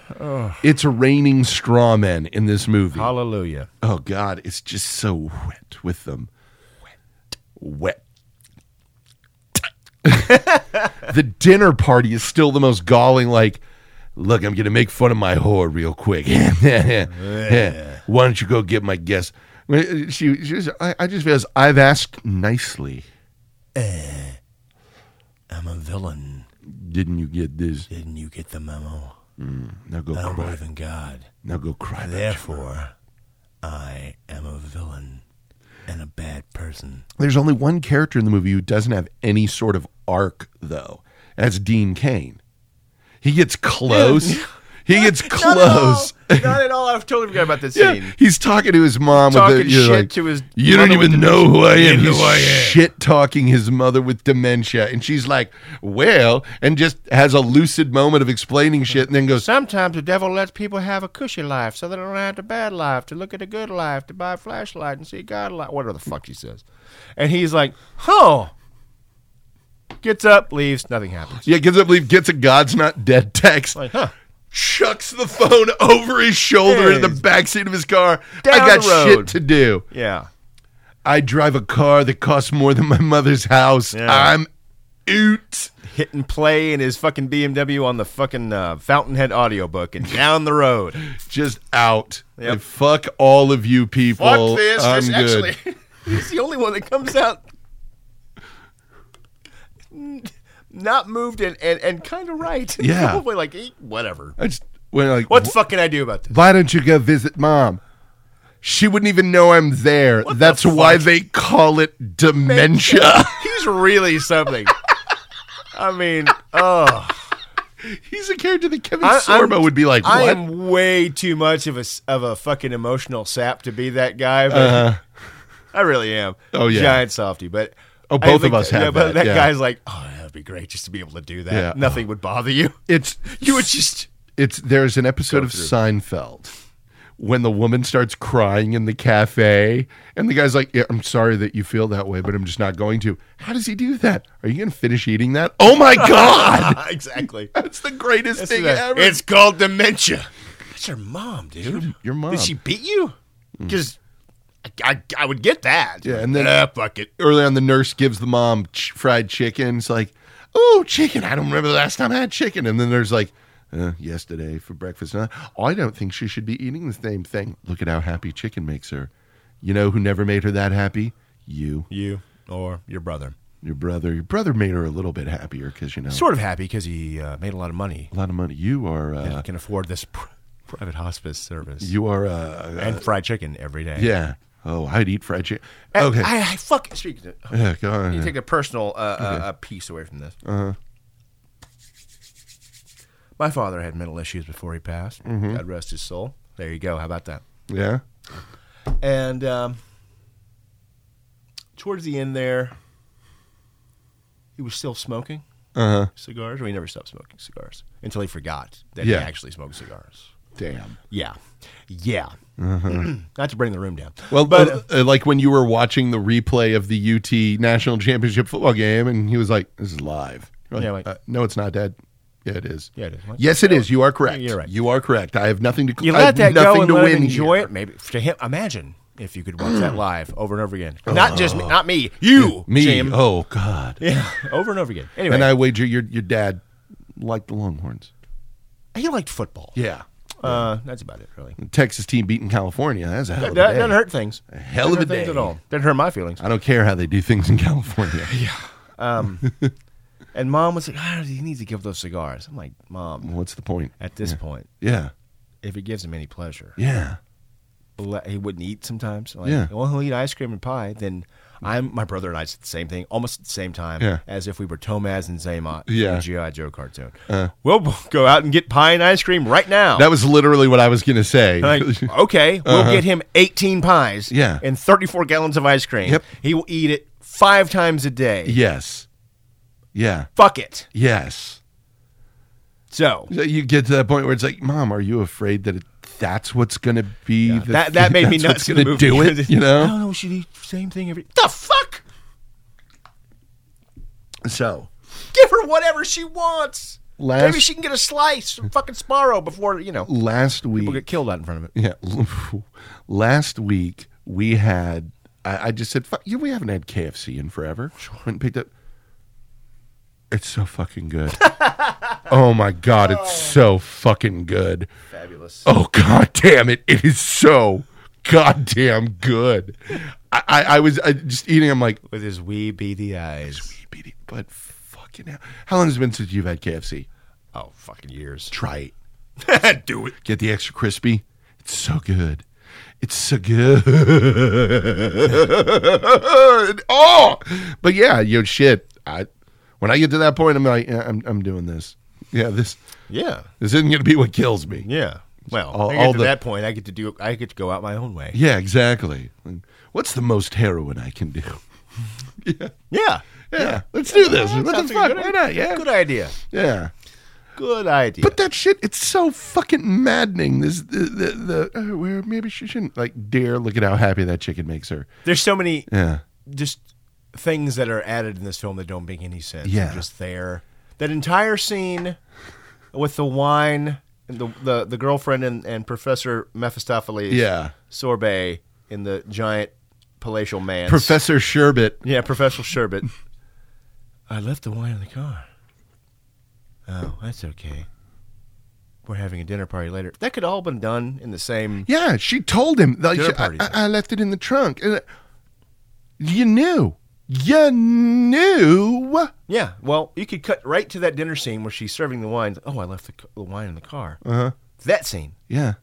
Speaker 1: It's a raining straw men in this movie.
Speaker 3: Hallelujah.
Speaker 1: Oh, God. It's just so wet with them. Wet. the dinner party is still the most galling. Like, look, I'm going to make fun of my whore real quick. Why don't you go get my guest? She, she was, I, I just realized I've asked nicely.
Speaker 3: I'm a villain.
Speaker 1: Didn't you get this?
Speaker 3: Didn't you get the memo?
Speaker 1: Now go
Speaker 3: I don't
Speaker 1: cry.
Speaker 3: believe in God.
Speaker 1: Now go cry.
Speaker 3: Therefore, I am a villain and a bad person.
Speaker 1: There's only one character in the movie who doesn't have any sort of arc, though. and That's Dean Kane. He gets close. He gets close.
Speaker 3: Not at all. I've totally forgot about this
Speaker 1: Yeah, he's talking to his mom. with
Speaker 3: Talking
Speaker 1: the, you know,
Speaker 3: shit
Speaker 1: like,
Speaker 3: to his
Speaker 1: You don't
Speaker 3: mother with
Speaker 1: even know who I am.
Speaker 3: You know
Speaker 1: He's
Speaker 3: who I am.
Speaker 1: shit talking his mother with dementia, and she's like, "Well," and just has a lucid moment of explaining shit, and then goes,
Speaker 3: Sometimes the devil lets people have a cushy life so they don't have the bad life, to look at the good life, to buy a flashlight and see God light. Whatever the fuck she says. And he's like, huh. Gets up, leaves, nothing happens.
Speaker 1: Yeah, gives up leave, gets a God's not dead text,
Speaker 3: Like, huh.
Speaker 1: chucks the phone over his shoulder in the
Speaker 3: Yes.
Speaker 1: backseat of his car. I
Speaker 3: Down
Speaker 1: got
Speaker 3: the road.
Speaker 1: shit to do.
Speaker 3: Yeah.
Speaker 1: I drive a car that costs more than my mother's house.
Speaker 3: Yeah.
Speaker 1: I'm oot.
Speaker 3: hit and play in his fucking BMW on the fucking uh, Fountainhead audiobook and down the road.
Speaker 1: Just out.
Speaker 3: Yep.
Speaker 1: And fuck all of you people. I'm good.
Speaker 3: he's the only one that comes out n- not moved and, and, and kind of right.
Speaker 1: Yeah.
Speaker 3: Probably like, eh, whatever.
Speaker 1: I just went like,
Speaker 3: What the fuck can I do about this?
Speaker 1: why don't you go visit mom? She wouldn't even know I'm there.
Speaker 3: What the
Speaker 1: That's why
Speaker 3: fuck?
Speaker 1: they call it dementia.
Speaker 3: He's really something. I mean, oh,
Speaker 1: He's a character that Kevin
Speaker 3: I- I'm-
Speaker 1: Sorbo would be like, what?
Speaker 3: I am way too much of a s- of a fucking emotional sap to be that guy. But I really am.
Speaker 1: Uh-huh. Oh, yeah.
Speaker 3: giant softy. But
Speaker 1: Oh,
Speaker 3: I
Speaker 1: both of
Speaker 3: think-
Speaker 1: us have
Speaker 3: yeah, But
Speaker 1: that,
Speaker 3: that
Speaker 1: yeah.
Speaker 3: guy's like, oh, that'd be great just to be able to do that.
Speaker 1: Yeah.
Speaker 3: Nothing would bother you.
Speaker 1: It's
Speaker 3: You would just
Speaker 1: it's there's an episode of
Speaker 3: through.
Speaker 1: Seinfeld when the woman starts crying in the cafe and the guy's like, yeah, I'm sorry that you feel that way, but I'm just not going to. How does he do that? Are you going to finish eating that? Oh my God.
Speaker 3: ah, exactly.
Speaker 1: That's the greatest thing ever.
Speaker 2: It's called dementia.
Speaker 3: That's your mom, dude.
Speaker 1: Your mom. Mm.
Speaker 2: Did she beat you? Because I, I, I would get that.
Speaker 1: Yeah, and then-
Speaker 2: ah, fuck it.
Speaker 1: early on, the nurse gives the mom ch- fried chicken. It's like, oh, chicken. I don't remember the last time I had chicken. And then there's like, uh, yesterday for breakfast. Uh, I don't think she should be eating the same thing. Look at how happy chicken makes her. You know who never made her that happy? You,
Speaker 2: You or your brother.
Speaker 1: your brother. Your brother made her a little bit happier because, you know,
Speaker 3: Sort of happy because he uh, made a lot of money
Speaker 1: a lot of money. You are, uh,
Speaker 3: and can afford this pr- private hospice service
Speaker 1: you are, uh,
Speaker 3: and fried chicken every day.
Speaker 1: yeah. Oh, I'd eat fried chicken.
Speaker 3: And
Speaker 1: Okay.
Speaker 3: I, I fuck. Speaking of,
Speaker 1: Yeah, Uh-huh. go on.
Speaker 3: you take a personal uh, uh, uh, piece away from this. My father had mental issues before he passed.
Speaker 1: Mm-hmm.
Speaker 3: God rest his soul. There you go. How about that?
Speaker 1: yeah.
Speaker 3: And um, towards the end there, he was still smoking
Speaker 1: Uh huh.
Speaker 3: cigars. Well, he never stopped smoking cigars until he forgot that
Speaker 1: Yeah.
Speaker 3: he actually smoked cigars.
Speaker 1: Damn.
Speaker 3: Yeah, yeah. Mm-hmm. Not to bring the room down.
Speaker 1: Well, but uh, like when you were watching the replay of the UT national championship football game, and he was like, "This is live." You're like,
Speaker 3: Yeah, like-
Speaker 1: uh, no, it's not, Dad. Yeah, it is.
Speaker 3: Yeah, it is. What?
Speaker 1: Yes, it is. You are correct.
Speaker 3: You're right.
Speaker 1: You are correct. I have nothing to.
Speaker 3: you
Speaker 1: I have
Speaker 3: let that go
Speaker 1: nothing
Speaker 3: and
Speaker 1: to
Speaker 3: let
Speaker 1: win
Speaker 3: him enjoy
Speaker 1: here.
Speaker 3: it. Maybe to him, imagine if you could watch that live over and over again. Not just me, not me, you,
Speaker 1: Me.
Speaker 3: Jim.
Speaker 1: Oh God.
Speaker 3: Yeah, over and over again. Anyway,
Speaker 1: And I wager your your dad liked the Longhorns.
Speaker 3: he liked football.
Speaker 1: Yeah.
Speaker 3: Uh, that's about it, really.
Speaker 1: Texas team beating California. That's a hell of
Speaker 3: That,
Speaker 1: a
Speaker 3: that
Speaker 1: day.
Speaker 3: doesn't hurt things.
Speaker 1: hell of
Speaker 3: Doesn't
Speaker 1: a
Speaker 3: hurt things
Speaker 1: day. Uh.
Speaker 3: at all. Doesn't hurt my feelings.
Speaker 1: I don't care how they do things in California. yeah.
Speaker 3: And mom was like, ah, he needs to give those cigars. I'm like, mom,
Speaker 1: What's the point?
Speaker 3: at this point,
Speaker 1: Yeah.
Speaker 3: if it gives him any pleasure,
Speaker 1: Yeah.
Speaker 3: le- he wouldn't eat sometimes. Like,
Speaker 1: Yeah.
Speaker 3: Well, he'll eat ice cream and pie. Then I'm my brother and I said the same thing almost at the same time
Speaker 1: Yeah.
Speaker 3: as if we were Tomaz and Zaymot
Speaker 1: Yeah. Uh.
Speaker 3: in a G.I. Joe cartoon. we'll b- go out and get pie and ice cream right now.
Speaker 1: That was literally what I was gonna say.
Speaker 3: Like, okay, we'll get him 18 pies
Speaker 1: Uh-huh. Yeah.
Speaker 3: and 34 gallons of ice cream.
Speaker 1: Yep.
Speaker 3: He will eat it five times a day.
Speaker 1: yes. Yeah.
Speaker 3: Fuck it.
Speaker 1: Yes.
Speaker 3: So
Speaker 1: So You get to that point where it's like, Mom, are you afraid that it, that's what's going to be? the
Speaker 3: that that made me
Speaker 1: that's
Speaker 3: nuts.
Speaker 1: what's
Speaker 3: in the
Speaker 1: gonna
Speaker 3: movie.
Speaker 1: do it, you
Speaker 3: I
Speaker 1: know.
Speaker 3: don't know. We should eat the same thing every. The fuck?
Speaker 1: So
Speaker 3: Give her whatever she wants.
Speaker 1: Last-
Speaker 3: Maybe she can get a slice from fucking Sparrow before you know
Speaker 1: last week,
Speaker 3: people get killed out in front of it.
Speaker 1: yeah, last week we had. I, I just said, "Fuck you, we haven't had KFC in forever." Went and picked up. It's so fucking good. oh my god, it's so fucking good.
Speaker 3: Fabulous.
Speaker 1: Oh god damn it! It is so goddamn good. I, I, I was I, just eating. I'm like,
Speaker 3: With his wee beady eyes.
Speaker 1: You beat it, But fucking hell. How long has it been since you've had KFC?
Speaker 3: Oh, fucking years.
Speaker 1: Try it.
Speaker 2: Do it.
Speaker 1: Get the extra crispy. It's so good. It's so good. oh, but yeah, yo, shit. I when I get to that point, I'm like, yeah, I'm, I'm doing this. Yeah, this
Speaker 3: Yeah.
Speaker 1: this isn't gonna be what kills me.
Speaker 3: Yeah. Well,
Speaker 1: All-
Speaker 3: I get
Speaker 1: all
Speaker 3: to
Speaker 1: the-
Speaker 3: that point, I get to do. I get to go out my own way.
Speaker 1: Yeah, exactly. What's the most heroin I can do?
Speaker 3: Yeah.
Speaker 1: Yeah, let's do this.
Speaker 3: That
Speaker 1: What
Speaker 3: sounds
Speaker 1: the
Speaker 3: like
Speaker 1: fuck?
Speaker 3: a
Speaker 1: Why
Speaker 3: good
Speaker 1: not?
Speaker 3: idea.
Speaker 1: Yeah,
Speaker 3: Good idea.
Speaker 1: yeah.
Speaker 3: Good idea.
Speaker 1: But that shit, it's so fucking maddening. This the the, the oh, where maybe she shouldn't like dear, look at how happy that chicken makes her.
Speaker 3: There's so many
Speaker 1: Yeah.
Speaker 3: just things that are added in this film that don't make any sense.
Speaker 1: Yeah.
Speaker 3: They're just there. That entire scene with the wine and the the, the girlfriend and, and Professor Mephistopheles
Speaker 1: Yeah.
Speaker 3: sorbet in the giant palatial man.
Speaker 1: Professor Sherbet.
Speaker 3: Yeah, Professor Sherbet. I left the wine in the car. Oh, that's okay. We're having a dinner party later. That could all been done in the same
Speaker 1: Yeah, she told him like
Speaker 3: Dinner
Speaker 1: she- I,
Speaker 3: party.
Speaker 1: I- I left it in the trunk. And, uh, You knew. You knew.
Speaker 3: Yeah, well, you could cut right to that dinner scene where she's serving the wine. Oh, I left the, c- the wine in the car.
Speaker 1: Uh-huh.
Speaker 3: That scene.
Speaker 1: Yeah.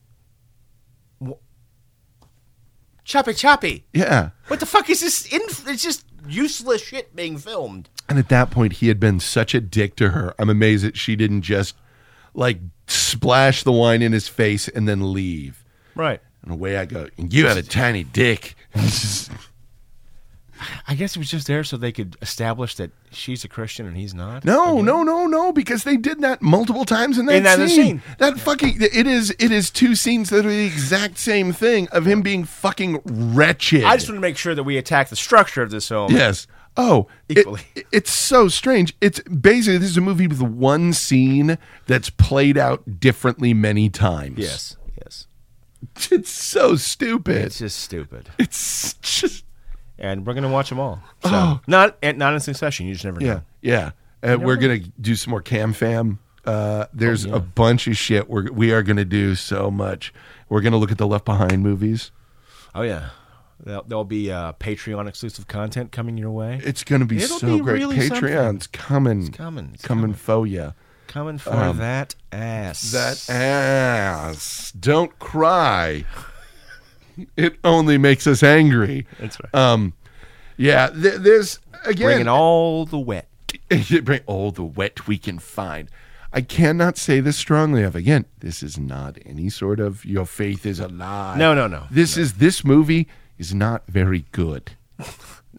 Speaker 3: Choppy choppy.
Speaker 1: Yeah.
Speaker 3: What the fuck is this? In- it's just useless shit being filmed.
Speaker 1: And at that point, he had been such a dick to her. I'm amazed that she didn't just like splash the wine in his face and then leave.
Speaker 3: Right.
Speaker 1: And away I go. And you had a tiny dick.
Speaker 3: I guess it was just there so they could establish that she's a Christian and he's not.
Speaker 1: No, no, no, no, because they did that multiple times in that,
Speaker 3: In that
Speaker 1: scene.
Speaker 3: scene.
Speaker 1: That fucking it is it is two scenes that are the exact same thing of him being fucking wretched.
Speaker 3: I just want to make sure that we attack the structure of this film.
Speaker 1: Yes. Oh, it-
Speaker 3: Equally.
Speaker 1: it- it's so strange. It's basically this is a movie with one scene that's played out differently many times.
Speaker 3: Yes. Yes.
Speaker 1: It's so stupid.
Speaker 3: It's just stupid.
Speaker 1: It's just
Speaker 3: and we're gonna watch them all. So not and not in succession. You just never
Speaker 1: Oh.
Speaker 3: know.
Speaker 1: yeah, yeah. Uh, we're gonna do some more cam fam. Uh, there's
Speaker 3: Oh,
Speaker 1: a bunch of shit we're we are gonna do so much. We're gonna look at the Left Behind movies.
Speaker 3: Oh yeah. There'll, there'll be uh, Patreon exclusive content coming your way.
Speaker 1: It's gonna be
Speaker 3: It'll
Speaker 1: so
Speaker 3: be
Speaker 1: great.
Speaker 3: really
Speaker 1: Patreon's coming,
Speaker 3: coming, it's
Speaker 1: coming for you.
Speaker 3: Coming for that ass.
Speaker 1: um, That ass. Don't cry. It only makes us angry.
Speaker 3: That's right.
Speaker 1: Um, yeah. Th- there's again.
Speaker 3: Bringing all the wet.
Speaker 1: You bring all the wet we can find. I cannot say this strongly enough. Again, this is not any sort of your faith is a lie.
Speaker 3: No, no, no.
Speaker 1: This is this movie is not very good.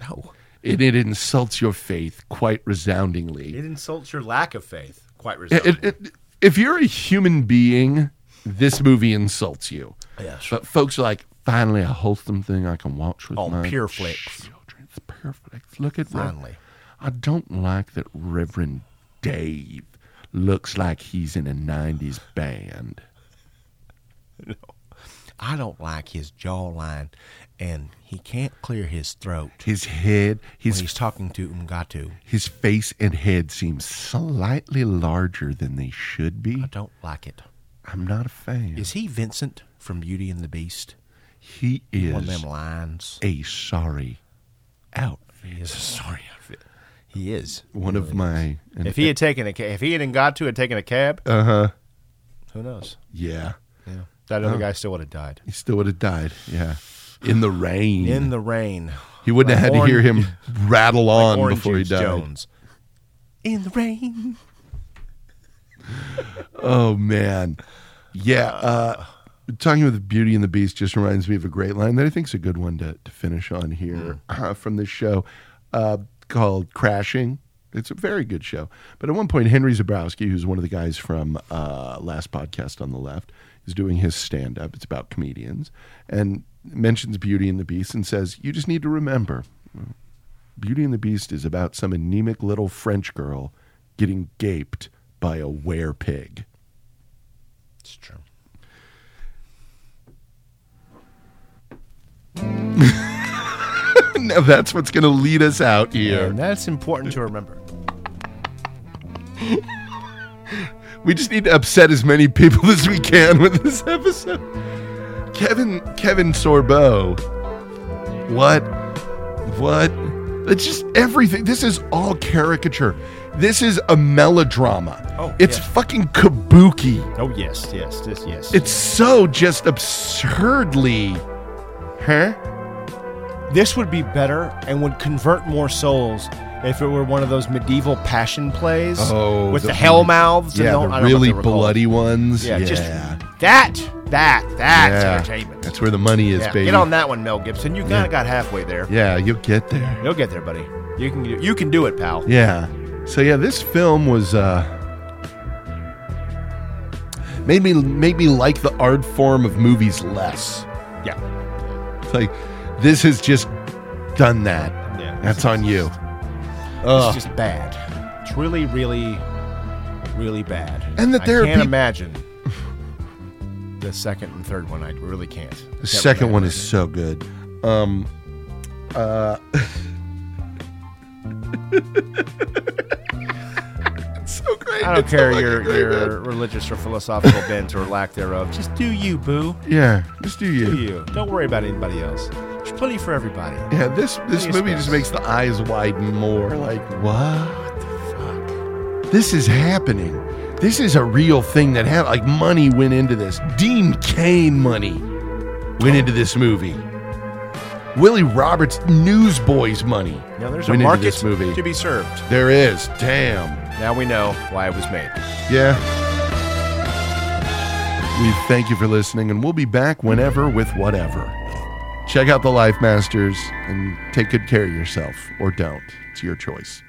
Speaker 3: No.
Speaker 1: It, it insults your faith quite resoundingly.
Speaker 3: It insults your lack of faith. Quite
Speaker 1: It-
Speaker 3: resoundingly.
Speaker 1: it- it- if you're a human being, this movie insults you.
Speaker 3: Yeah, sure.
Speaker 1: But folks are like, finally, a wholesome thing I can watch with
Speaker 3: On
Speaker 1: my
Speaker 3: Pure Flix.
Speaker 1: children. It's perfect. Look at that.
Speaker 3: Finally.
Speaker 1: I don't like that Reverend Dave looks like he's in a 90s band.
Speaker 3: I don't like his jawline, and he can't clear his throat
Speaker 1: His head,
Speaker 3: when
Speaker 1: his,
Speaker 3: he's talking to Umgatu.
Speaker 1: his face and head seem slightly larger than they should be.
Speaker 3: I don't like it.
Speaker 1: I'm not a fan.
Speaker 3: Is he Vincent from Beauty and the Beast?
Speaker 1: he
Speaker 3: One of them
Speaker 1: is
Speaker 3: lines.
Speaker 1: a sorry outfit.
Speaker 3: He is a sorry outfit. He is.
Speaker 1: One of my. and-
Speaker 3: If he had taken a, ca- if he hadn't got to had taken a cab, uh huh. Who knows?
Speaker 1: Uh-huh. yeah. Uh-huh.
Speaker 3: Yeah, that other guy still would have died
Speaker 1: He still would have died. Yeah. In the rain.
Speaker 3: in the rain.
Speaker 1: he wouldn't
Speaker 3: like
Speaker 1: have had
Speaker 3: Orange-
Speaker 1: to hear him rattle on
Speaker 3: Orange
Speaker 1: before he
Speaker 3: Juice
Speaker 1: died.
Speaker 3: Jones. In the rain.
Speaker 1: Oh man, yeah. Uh, talking about the Beauty and the Beast just reminds me of a great line that I think is a good one to, to finish on here uh, from this show uh, called "Crashing." It's a very good show. But at one point, Henry Zabrowski, who's one of the guys from uh, Last Podcast on the Left, is doing his stand up. It's about comedians and mentions Beauty and the Beast and says, You just need to remember Beauty and the Beast is about some anemic little French girl getting gaped by a were pig.
Speaker 3: It's true.
Speaker 1: Now that's what's going to lead us out here.
Speaker 3: And that's important to remember.
Speaker 1: We just need to upset as many people as we can with this episode. Kevin Kevin Sorbo. What? What? It's just everything. This is all caricature. This is a melodrama.
Speaker 3: Oh,
Speaker 1: it's
Speaker 3: yeah.
Speaker 1: fucking kabuki.
Speaker 3: Oh yes, yes, yes, yes.
Speaker 1: It's so just absurdly Huh?
Speaker 3: this would be better and would convert more souls if it were one of those medieval passion plays with the, hell mouths
Speaker 1: Oh, yeah,
Speaker 3: and all,
Speaker 1: the
Speaker 3: I don't know what
Speaker 1: really
Speaker 3: they were called.
Speaker 1: bloody ones.
Speaker 3: Yeah,
Speaker 1: Yeah,
Speaker 3: just that, that, that's
Speaker 1: Yeah.
Speaker 3: entertainment.
Speaker 1: That's where the money is,
Speaker 3: Yeah,
Speaker 1: baby.
Speaker 3: Get on that one, Mel Gibson. You kind of
Speaker 1: Yeah.
Speaker 3: got halfway there.
Speaker 1: Yeah, you'll get there.
Speaker 3: You'll get there, buddy. You can do, you can do it, pal.
Speaker 1: Yeah. So yeah, this film was uh made me made me like the art form of movies less.
Speaker 3: Yeah.
Speaker 1: It's like this has just done that.
Speaker 3: Yeah.
Speaker 1: That's on you.
Speaker 3: It's
Speaker 1: Ugh.
Speaker 3: just bad. It's really, really, really bad.
Speaker 1: And that
Speaker 3: I
Speaker 1: there are
Speaker 3: can't
Speaker 1: peop-
Speaker 3: imagine the second and third one. I really can't.
Speaker 1: the second one is so good. Um uh It's so great.
Speaker 3: I don't
Speaker 1: It's so
Speaker 3: care
Speaker 1: fucking
Speaker 3: your
Speaker 1: great, man.
Speaker 3: your religious or philosophical bent or lack thereof. Just do you, boo.
Speaker 1: Yeah, just do
Speaker 3: Do
Speaker 1: you.
Speaker 3: you. Don't worry about anybody else. There's plenty for everybody.
Speaker 1: Yeah, this this
Speaker 3: your
Speaker 1: movie
Speaker 3: space.
Speaker 1: just makes the eyes widen more. Like, what the fuck? This is happening. This is a real thing that happened. Like, money went into this. Dean Kane money went into this movie. Willie Roberts newsboys money.
Speaker 3: Now there's
Speaker 1: went
Speaker 3: a market
Speaker 1: into this movie.
Speaker 3: to be served.
Speaker 1: there is. Damn.
Speaker 3: Now we know why it was made.
Speaker 1: Yeah. We thank you for listening, and we'll be back whenever with whatever. Check out the Life Masters and take good care of yourself or don't. It's your choice.